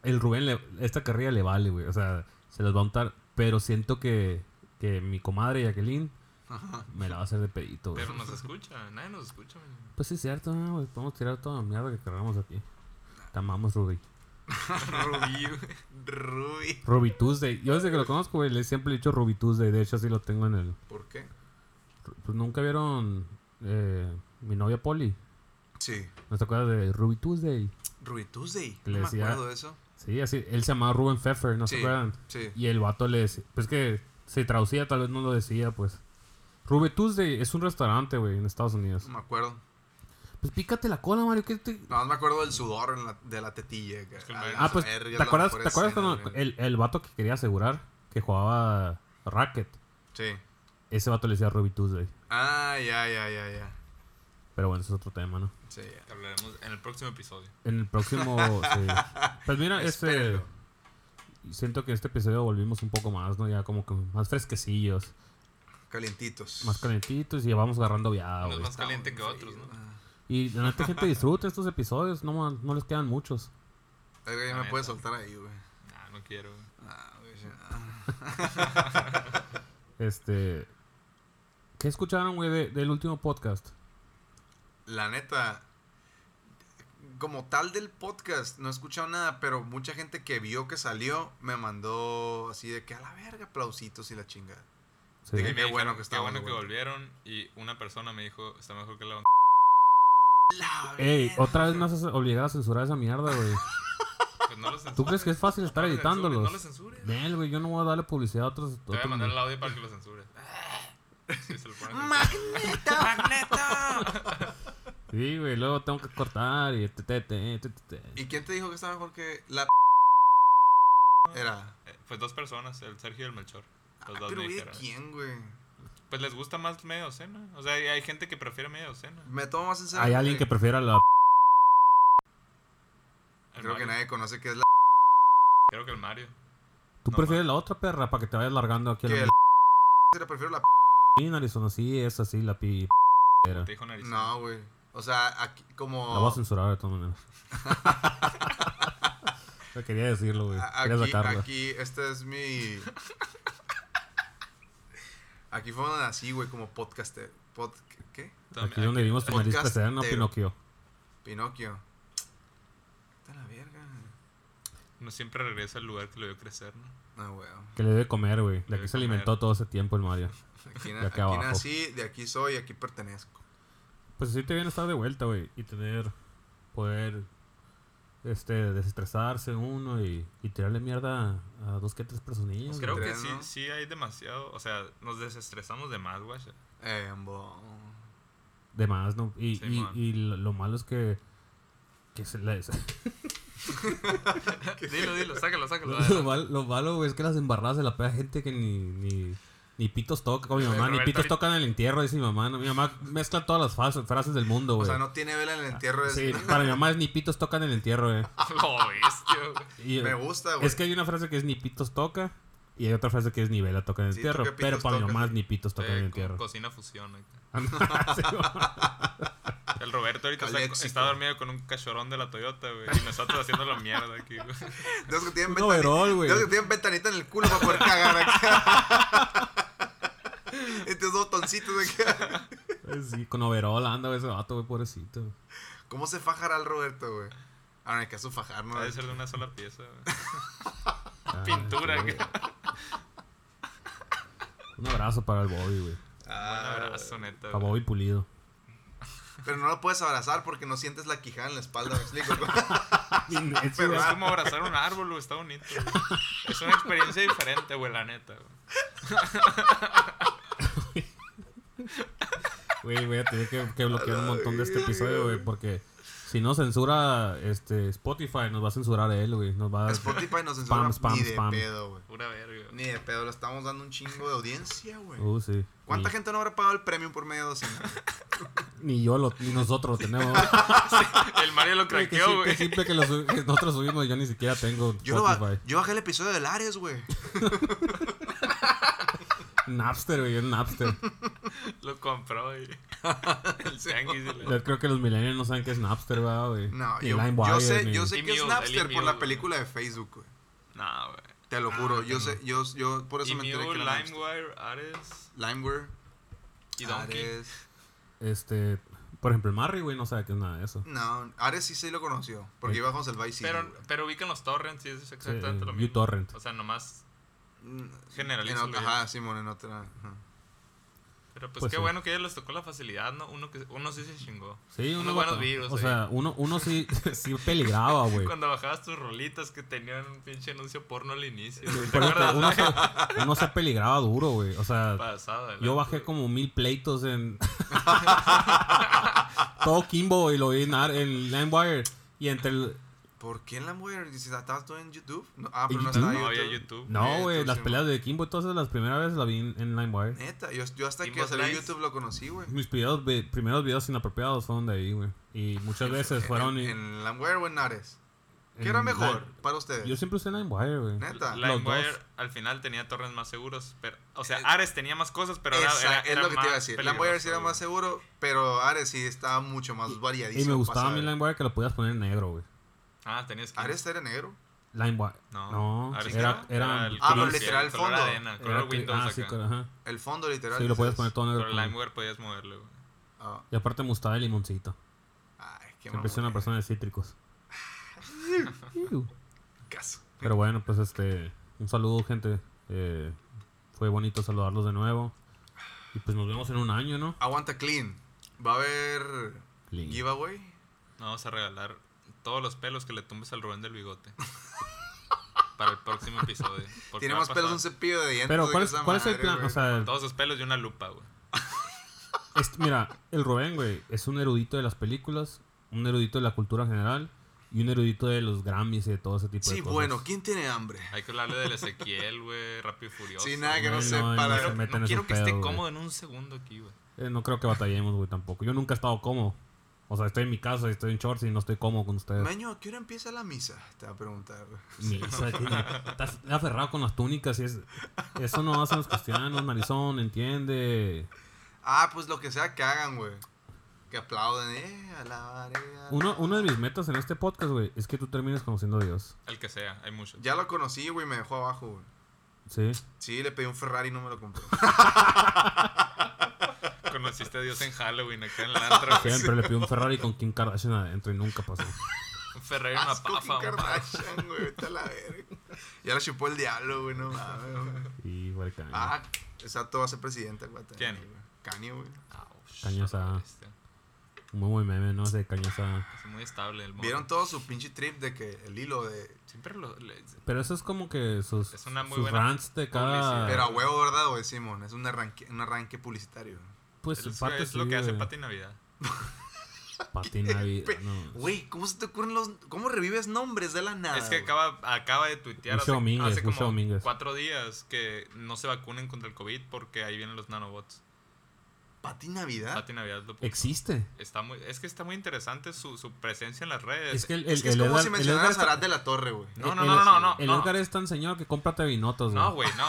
S4: el Rubén, le- esta carrera le vale, güey. O sea, se las va a untar. Pero siento que, que mi comadre Jacqueline me la va a hacer de pedito, güey.
S3: Pero nos escucha, nadie nos escucha, man.
S4: Pues sí, es cierto, ¿no, güey. Podemos tirar toda la mierda que cargamos aquí. Te amamos, Ruby.
S2: <laughs> Rubí, güey. Rubí.
S4: Ruby Tuesday. Yo desde que lo conozco, güey, le siempre he dicho Ruby Tuesday. De hecho, así lo tengo en el.
S2: ¿Por qué?
S4: Pues nunca vieron eh, mi novia Polly.
S2: Sí.
S4: ¿No te acuerdas de Ruby Tuesday?
S2: Rubí Tuesday.
S4: Le
S2: No me
S4: decía-
S2: acuerdo de eso.
S4: Sí, así. Él se llamaba Ruben Pfeffer, ¿no se
S2: Sí,
S4: acuerdan?
S2: sí.
S4: Y el vato le decía. Pues que se traducía, tal vez no lo decía, pues. Ruby Tuesday es un restaurante, güey, en Estados Unidos.
S2: No me acuerdo.
S4: Pues pícate la cola, Mario. ¿qué te-
S2: No, me acuerdo del sudor en la- de la tetilla. que-
S3: que
S2: a
S3: me-
S2: la
S4: Ah, pues.
S2: verga,
S4: ¿Te
S2: es la
S4: acuerdas,
S2: mejor
S4: ¿te acuerdas
S2: escena,
S4: cuando
S2: güey.
S4: el, el vato que quería asegurar que jugaba racket?
S2: Sí.
S4: Ese vato le decía Ruby Tuesday.
S2: Ah, ya, ya, ya, ya.
S4: Pero bueno, ese es otro tema, ¿no?
S2: Sí, ya.
S3: Te hablaremos en el próximo episodio.
S4: En el
S3: <laughs>
S4: próximo. sí. Pues mira, este.
S2: Espérenlo.
S4: Siento que este episodio volvimos un poco más, ¿no? Ya como que más fresquecillos,
S2: Calientitos.
S4: más calentitos y ya vamos agarrando viada,
S3: Unos
S4: Ah, güey.
S3: más caliente que
S2: Está
S3: otros,
S2: bien
S3: ¿no?
S2: frío. Ah.
S4: Y la neta, gente disfruta estos episodios, no, ma- no les quedan muchos.
S2: Verga, ya
S3: La
S2: me
S3: neta.
S2: puedes soltar ahí, güey.
S3: Nah, no quiero. güey.
S2: Ah, güey, ya. Ah.
S4: Este. ¿Qué escucharon, güey, de- del último podcast?
S2: La neta, como tal del podcast, no he escuchado nada, pero mucha gente que vio que salió me mandó así de que a la verga, aplausitos y la chingada.
S4: Sí.
S2: Sí,
S3: Y me
S2: qué
S3: dijeron,
S2: bueno que
S3: Qué
S2: estábamos,
S3: bueno que
S2: güey.
S3: volvieron. Y una persona me dijo, está mejor que la
S2: La
S4: Ey,
S2: verga.
S4: otra vez me haces obligar a censurar esa mierda, güey.
S3: Pues no lo censures.
S4: ¿Tú crees que es fácil estar
S3: No lo
S4: editándolos?
S3: censures, No lo censures. Te
S4: Nel, güey, yo no voy a darle publicidad a otros.
S3: voy a
S4: otros-
S3: mandar el audio para que lo censures. Sí, se lo ponen en-
S2: ¡Magneto! ¡Magneto!
S4: Sí, güey, luego tengo que cortar y. te- te- te- te- te- te.
S2: ¿Y quién te dijo que está mejor que la Era. ah,
S3: Eh, Pues dos personas, el Sergio y el Melchor. Los dos
S2: Pero güey,
S3: me
S2: ¿de
S3: dijeron.
S2: quién, güey?
S3: Pues les gusta más media docena. O sea, hay hay gente que prefiere media docena.
S2: Me tomo más en serio.
S4: Hay alguien que prefiera la.
S2: Creo
S3: El
S2: que
S3: Mario.
S2: nadie conoce que es la
S3: Creo que el Mario.
S4: Tú
S3: No,
S4: prefieres la otra perra para que te vayas largando aquí a
S2: Que
S4: la
S2: la Era, prefiero la
S4: Sí, narizón, así es así la pi. Era.
S3: Te dijo nariz.
S2: No, güey. O sea, aquí,
S4: La voy a
S2: como.
S4: censurar de todas maneras. No quería decirlo, güey.
S2: a-
S4: Pues, Quería
S2: Aquí,
S4: sacarla.
S2: aquí, este es mi. <laughs> Aquí fue donde nací, güey, como podcaster. Pod, ¿Qué?
S4: Aquí donde vimos tu nariz
S2: Podcast
S4: crecer, no
S2: cero.
S4: Pinocchio.
S2: Pinocchio. Está la verga.
S3: No siempre regresa al lugar que lo vio crecer, ¿no?
S2: No, güey.
S4: Que le debe comer, güey. De
S3: Debe
S4: aquí se
S3: comer.
S4: alimentó todo ese tiempo el Mario. <laughs>
S2: Aquí, na-
S4: De acá
S2: aquí
S4: abajo.
S2: nací, de aquí soy, aquí pertenezco.
S4: Pues así te viene estar de vuelta, güey. Y tener. Poder. Este, desestresarse uno y, y tirarle mierda a dos que tres personillas.
S3: Pues creo
S4: güey.
S3: que
S2: Tres,
S3: sí,
S2: ¿no?
S4: <laughs>
S3: sí hay demasiado. O sea, nos desestresamos de más, güey.
S2: Eh, Em, bo-
S4: De más, ¿no? Y,
S3: Sí,
S4: y-
S3: man.
S4: y lo, lo malo es que. que se <laughs> les-
S3: <laughs>
S2: <laughs>
S3: Dilo, dilo,
S4: <laughs>
S3: sácalo, sácalo.
S4: lo, mal- lo malo, güey, es que las embarradas se la pega gente que ni. ni ni pitos toca con mi mamá, ni
S3: Roberto,
S4: pitos
S3: ahorita-
S4: tocan en el entierro, dice mi mamá. ¿no? Mi mamá mezcla todas las fas- frases del mundo,
S2: O
S4: güey. Ah,
S2: sea, no tiene vela en el entierro. es-
S4: Sí, para mi mamá es ni pitos tocan en el entierro,
S2: <laughs>
S4: güey.
S3: Lo bestia, güey.
S4: Y,
S2: Me
S4: eh,
S2: gusta, güey.
S4: Es que hay una frase que es ni pitos toca y hay otra frase que es ni vela toca en el
S2: Sí,
S4: entierro.
S2: toca pitos
S4: Pero para mi
S2: toca,
S4: mamá
S2: sí.
S4: es ni pitos toca en
S3: Eh,
S4: el
S3: co-
S4: entierro.
S3: cocina fusión. ahí
S4: <laughs>
S3: está.
S4: Sí, mamá.
S3: <laughs> El Roberto ahorita está,
S2: Caléxico.
S3: está dormido con un cachorón de la Toyota, güey. Y nosotros haciendo la mierda
S4: <laughs>
S3: aquí, güey.
S2: De los que tienen
S4: Un
S2: ventanita-
S4: overall, güey.
S2: de los que tienen ventanita en el culo para poder cagar acá. <laughs> Estos botoncitos de acá.
S4: <laughs> sí, con overol anda ese vato, güey, pobrecito.
S2: <laughs> ¿Cómo se fajará el Roberto, güey? Ahora en el caso fajar, ¿no?
S3: Debe ser de una sola pieza, güey.
S4: Ah,
S3: Pintura,
S4: sí,
S3: güey.
S4: güey. Un abrazo para el Bobby, güey.
S3: Un
S2: Ah,
S3: abrazo, neta.
S4: Para
S3: güey.
S4: Bobby Pulido.
S2: Pero no lo puedes abrazar porque no sientes la quijada en la espalda, ¿me explico?
S4: <laughs>
S2: ah,
S4: Ese,
S3: Pero
S4: güey,
S3: es como abrazar un árbol, güey. Está bonito, güey. Es una experiencia diferente, güey, la neta, güey.
S4: Güey, voy a tener que, que bloquear un montón de este episodio, güey, porque si no censura este Spotify, nos va a censurar él, güey. Nos va a
S2: Spotify nos censura
S4: Spam, spam,
S2: ni de
S4: spam.
S2: pedo, güey.
S3: Pura verga, güey.
S2: Ni de pedo, le estamos dando un chingo de audiencia, güey.
S4: Uh, sí.
S2: ¿Cuánta
S4: Ni-
S2: gente no habrá pagado el premium por medio de docena?
S4: Ni yo, lo, ni nosotros
S2: <laughs>
S4: lo tenemos.
S3: El Mario lo
S4: Güey, que
S3: craqueó,
S4: sí- que
S3: güey.
S4: siempre que, lo sub- que nosotros subimos, yo ni siquiera tengo
S2: Yo, lo
S4: Spotify.
S2: ba- yo bajé el episodio del Ares, güey.
S4: Napster, güey, es
S2: <laughs>
S4: Napster.
S3: Lo compró, güey. <laughs> El tianguis. y la-
S4: Yo creo que los millennials no saben qué es Napster, ¿verdad, güey.
S2: No,
S4: Ni
S2: yo,
S4: LimeWire,
S2: yo sé,
S4: ni-
S2: yo sé
S3: Ni
S2: que es
S3: Mule,
S2: Napster
S3: ni
S2: por la
S3: Mule,
S2: película de Facebook, güey.
S3: Nah, güey.
S2: Te lo juro,
S3: Ah,
S2: yo sé, yo, yo por eso
S3: Y
S2: me enteré
S3: Mew,
S2: que era Napster.
S3: LimeWire, Ares
S2: LimeWare.
S3: y Donkey.
S2: Ares.
S4: Este, por ejemplo, el Marry, güey, no sabe qué es nada de eso.
S2: No, Ares sí se lo conoció, porque
S4: Sí.
S2: iba con el Vice City,
S3: Pero,
S2: güey.
S3: pero ubican los torrents y es exactamente
S4: Sí,
S3: lo mismo.
S4: uTorrent.
S3: O sea, nomás.
S2: Mm,
S3: generaliza
S2: en
S3: lo
S2: otra-
S3: ya.
S2: Ajá, Simón, en otra. ajá.
S3: Pero pues,
S4: Pues
S3: qué
S4: sí.
S3: bueno que a ellos les tocó la facilidad, ¿no? Uno, que, uno sí se chingó.
S4: Sí, uno
S3: Unos buenos
S4: bata-
S3: virus.
S4: O
S3: ahí.
S4: sea, uno, uno sí, <laughs> sí peligraba,
S3: <laughs>
S4: güey.
S3: Cuando bajabas tus rolitas que tenían un pinche anuncio porno al inicio. <laughs> güey. ¿Te
S4: Pero es que
S3: acuerdas?
S4: uno, se, uno se peligraba duro, güey. O sea,
S3: Pasado, ¿verdad?
S4: yo bajé como mil pleitos en. Todo Kimbo y lo vi en, Ar- en LimeWire. Y entre el.
S2: ¿Por qué en LimeWire? Dices, "Ah, ¿Estabas tú en YouTube? No, ah,
S4: ¿En
S2: pero no
S4: YouTube?
S2: estaba
S3: No,
S2: en
S3: había
S2: YouTube.
S3: YouTube.
S4: No,
S2: Eh,
S4: güey,
S2: tú,
S4: las
S2: sí,
S4: peleas de Kimbo, entonces las primeras veces la vi en, en LimeWire.
S2: Neta, yo, yo hasta que
S3: Kimbo
S2: salió
S3: Slice.
S2: YouTube lo conocí, güey.
S4: Mis primeros vi- primeros videos inapropiados fueron de ahí, güey. Y muchas veces fueron.
S2: ¿En,
S4: en-
S2: en LimeWire o en Ares? ¿Qué
S4: en
S2: era mejor
S4: Lime-
S2: para ustedes?
S4: Yo siempre usé LimeWire, güey.
S2: Neta.
S4: La-
S3: LimeWire
S4: dos.
S3: al final tenía torrents más seguros. Pero, o sea,
S2: Eh,
S3: Ares tenía más cosas, pero era,
S2: Esa,
S3: era,
S2: es lo que te iba a decir. LimeWire sí
S3: si
S2: era más seguro, pero Ares sí estaba mucho más variadísimo.
S4: Y me gustaba a
S2: pasaba eh.
S4: mí
S2: de-
S4: LimeWire que lo podías poner en negro, güey.
S3: Ah, tenías que.
S2: ¿Ares era negro?
S4: LimeWire.
S3: No, pues
S4: No,
S3: Ares
S4: era, era,
S3: el
S2: Ah, pero
S3: color-
S2: literal, el
S3: color
S2: fondo.
S3: arena,
S4: era
S3: color
S4: que-
S3: Windows
S4: ah,
S3: acá.
S4: sí, con- ajá.
S2: El fondo, literal.
S4: Sí, lo podías
S2: dices.
S4: poner todo negro.
S3: Pero
S4: como-
S3: LimeWare podías moverlo, güey.
S2: Ah,
S4: Y aparte me gustaba el limoncito.
S2: Ay, qué
S4: Siempre soy una
S2: mamón.
S4: persona de cítricos. Iu.
S2: Caso.
S4: Pero bueno, pues este. Un saludo, gente. Eh, fue bonito saludarlos de nuevo. Y pues nos vemos en un año, ¿no?
S2: Aguanta clean. Va a haber
S4: Link.
S2: giveaway.
S3: No, vamos a regalar todos los pelos que le tumbes al Rubén del bigote. para el próximo episodio. porque
S2: Tiene
S3: va a
S2: más pelos un
S3: pasar.
S2: cepillo de dientes.
S4: Pero,
S2: que
S4: ¿cuál es,
S2: esa
S4: cuál es el
S2: madre,
S4: plan?
S2: güey.
S4: O sea,
S3: Todos sus pelos y una lupa, güey.
S4: Este, mira, el Rubén, güey, es un erudito de las películas, un erudito de la cultura general y un erudito de los Grammys y de todo ese tipo
S2: sí,
S4: de cosas.
S2: bueno, ¿quién tiene hambre?
S3: Hay que hablarle del Ezequiel, güey. Rápido y furioso.
S2: Sí, nada que no,
S4: No,
S2: sepa.
S4: no,
S2: la-
S4: no se
S3: No
S4: mete en
S3: quiero
S4: esos
S3: que esté
S4: pedos, güey.
S3: cómodo en un segundo aquí, güey.
S4: Eh, no creo que batallemos, güey, tampoco. Yo nunca he estado cómodo. O sea, estoy en mi casa y estoy en shorts y no estoy cómodo con ustedes.
S2: Meño, ¿a qué hora empieza la misa? Te va a preguntar.
S4: Ni- o sea, que- estás aferrado con las túnicas y es... Eso no hacen los cristianos, narizón, entiende.
S2: Ah, pues lo que sea que hagan, güey. Que aplauden, eh. Alabaré. alabaré.
S4: Uno, uno de mis metas en este podcast, güey, es que tú termines conociendo a Dios.
S3: El que sea, hay muchos.
S2: Ya lo conocí, güey, me dejó abajo, güey.
S4: Sí.
S2: Sí, le pedí un Ferrari y no me lo compró.
S3: Conociste a Dios en Halloween, acá en el antro, güey.
S4: Siempre le pido un Ferrari con Kim Kardashian adentro y nunca pasó.
S3: Un Ferrari, una
S2: Asco, Kim
S3: pafa, un pavo.
S2: Kardashian, güey. Vete a la verga. Ya la chupó el diablo, güey, no mames, güey.
S4: Y, güey, caña.
S2: Ah, exacto, va a ser presidente, güey.
S3: ¿Quién?
S2: Kanye, güey.
S3: Ouch,
S4: Cañosa.
S3: bestia.
S4: Muy buen meme, ¿no? Ese de cañaza.
S3: Es muy estable el mono.
S2: Vieron todo su pinche trip de que el hilo de.
S3: Siempre lo. le-
S4: Pero eso es como que sus,
S3: Es una muy
S4: sus
S3: buena
S4: rants de cada.
S3: publicidad.
S2: Pero a huevo, ¿verdad, güey, Simón? Es un arranque, un arranque publicitario.
S4: pues
S3: Es,
S4: parte
S3: es lo
S4: sí,
S3: que hace
S4: güey.
S3: Pati Navidad.
S4: Pati Navidad. No.
S2: Güey, ¿cómo se te ocurren los. ¿Cómo revives nombres de la nada?
S3: Es que
S2: Ah, güey?
S3: acaba, acaba de tuitear
S4: Mucho
S3: hace,
S4: Domínguez,
S3: hace
S4: mucho
S3: como
S4: Domínguez.
S3: cuatro días que no se vacunen contra el COVID porque ahí vienen los nanobots.
S2: Pati Navidad.
S3: Pati Navidad lo puso.
S4: Existe.
S3: Está muy, es que está muy interesante su, su presencia en las redes.
S4: Es que el, el,
S2: es que es
S4: el
S2: como
S4: Edgar-
S2: si
S4: el
S2: mencionaras a
S4: Edgar-
S2: Arad de la Torre, güey.
S3: No, no,
S4: el-
S3: no, no, no, no,
S4: El
S3: no.
S4: Edgar es tan señor que cómprate vinotos, güey.
S3: No, güey, no.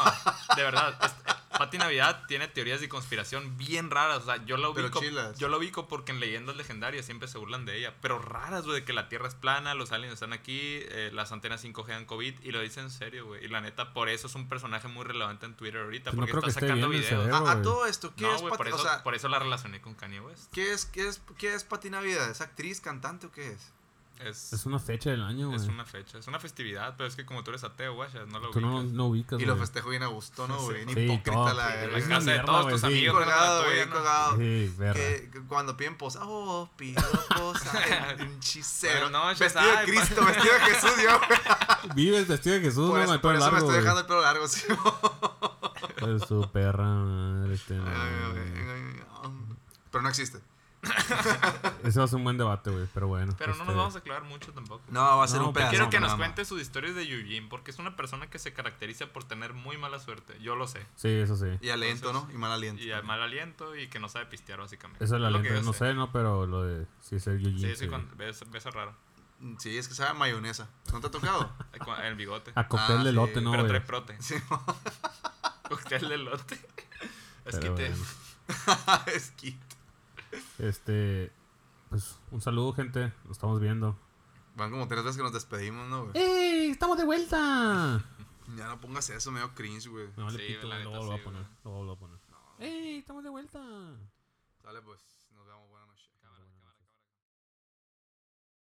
S3: De verdad. es- Pati Navidad tiene teorías de conspiración bien raras. O sea, yo la
S2: Pero
S3: ubico.
S2: chilas.
S3: Yo la ubico porque en leyendas legendarias siempre se burlan de ella. Pero raras, güey, de que la tierra es plana, los aliens están aquí, eh, las antenas 5G dan COVID. Y lo dice en serio, güey. Y la neta, por eso es un personaje muy relevante en Twitter ahorita.
S4: Pues no
S3: Porque
S4: creo
S3: está
S4: que esté
S3: sacando
S4: bien el
S3: videos.
S4: cerebro.
S2: A, a
S4: güey.
S2: todo esto, ¿qué
S3: No,
S2: es
S3: güey,
S2: Pati
S3: por,
S2: o
S3: eso-
S2: sea,
S3: por eso la relacioné con Kanye West.
S2: ¿qué es, qué, es, ¿Qué es Pati Navidad? ¿Es actriz, cantante o qué es?
S3: Es,
S4: Es
S3: es,
S4: una fecha del año, güey.
S3: una fecha, es una festividad, pero es que como tú eres ateo, güey, no lo
S4: Tú no,
S3: ubicas.
S4: no ubicas,
S2: Y lo
S4: güey.
S2: festejo bien a gusto, ¿no,
S3: Sí,
S2: güey? Bien
S4: sí,
S2: hipócrita
S4: todo,
S2: la
S4: sí,
S2: verga.
S3: En
S4: Es
S3: la
S4: una
S3: casa de
S4: mierda,
S3: todos
S4: güey,
S3: tus
S4: sí.
S2: Bien
S3: amigos, no la
S2: colgado,
S3: tuya,
S2: güey, bien
S3: ¿no?
S2: colgado.
S4: Sí, verga.
S2: Que que cuando piden posa, oh, pido
S3: <laughs>
S2: posa, el pinche cero.
S3: Bueno, no, ya
S2: vestido de
S3: sabe,
S2: Cristo, vestido de Jesús, yo. güey.
S4: Vive el vestido de Jesús,
S2: Por
S4: no,
S2: eso,
S4: me
S2: por
S4: pelo
S2: eso me
S4: largo.
S2: estoy
S4: güey.
S2: dejando el pelo largo, <laughs> sí.
S4: Pues su perra madre, este,
S2: Ay,
S3: Ah,
S4: no,
S2: güey,
S4: güey.
S2: ay, ay. Pero no existe.
S4: Ese va a ser un buen debate, güey, pero bueno.
S3: Pero no nos
S4: este,
S3: vamos a clavar mucho tampoco.
S2: No, va a ser
S4: Ah, No,
S2: un
S4: pero
S2: pedazo.
S3: Quiero que nos
S2: nada más.
S3: cuente sus historias de Yujin, porque es una persona que se caracteriza por tener muy mala suerte. Yo lo sé.
S4: Sí, eso sí.
S2: Y aliento, ¿no?
S3: Entonces-
S2: Y mal aliento.
S3: Y al mal aliento y que no sabe pistear, básicamente.
S4: Eso es la
S3: lo que
S4: lente,
S3: yo
S4: no sé, ¿no? Pero lo de si es el Yujin.
S3: Sí,
S4: Sí,
S3: es que cuando ves, ves raro.
S2: Mm, Sí, es que sabe a mayonesa. ¿No te ha tocado?
S3: <laughs>
S2: <laughs>
S3: Eh, cu-
S4: <laughs>
S3: El bigote.
S4: A cóctel
S2: Ah,
S4: de
S2: sí,
S4: lote, ¿no,
S3: pero
S4: güey?
S3: trae prote. <laughs>
S2: Sí.
S3: Cóctel de lote. Es
S4: Pero
S3: que te.
S4: bueno.
S2: Esquite.
S4: Este. Pues un saludo, gente. Nos estamos viendo.
S2: Van como tres veces que nos despedimos, ¿no, güey?
S4: ¡Ey! ¡Estamos de vuelta!
S2: Ya no pongas eso, medio cringe, güey.
S4: No, le
S3: Sí,
S4: pito,
S3: la
S4: güey,
S3: neta,
S4: luego lo voy
S3: sí,
S4: a poner.
S3: güey.
S4: Luego lo voy a poner. ¡Ey! ¡Estamos de vuelta!
S2: Dale, pues. Nos vemos. Buenas noches.
S3: Cámara, cámara.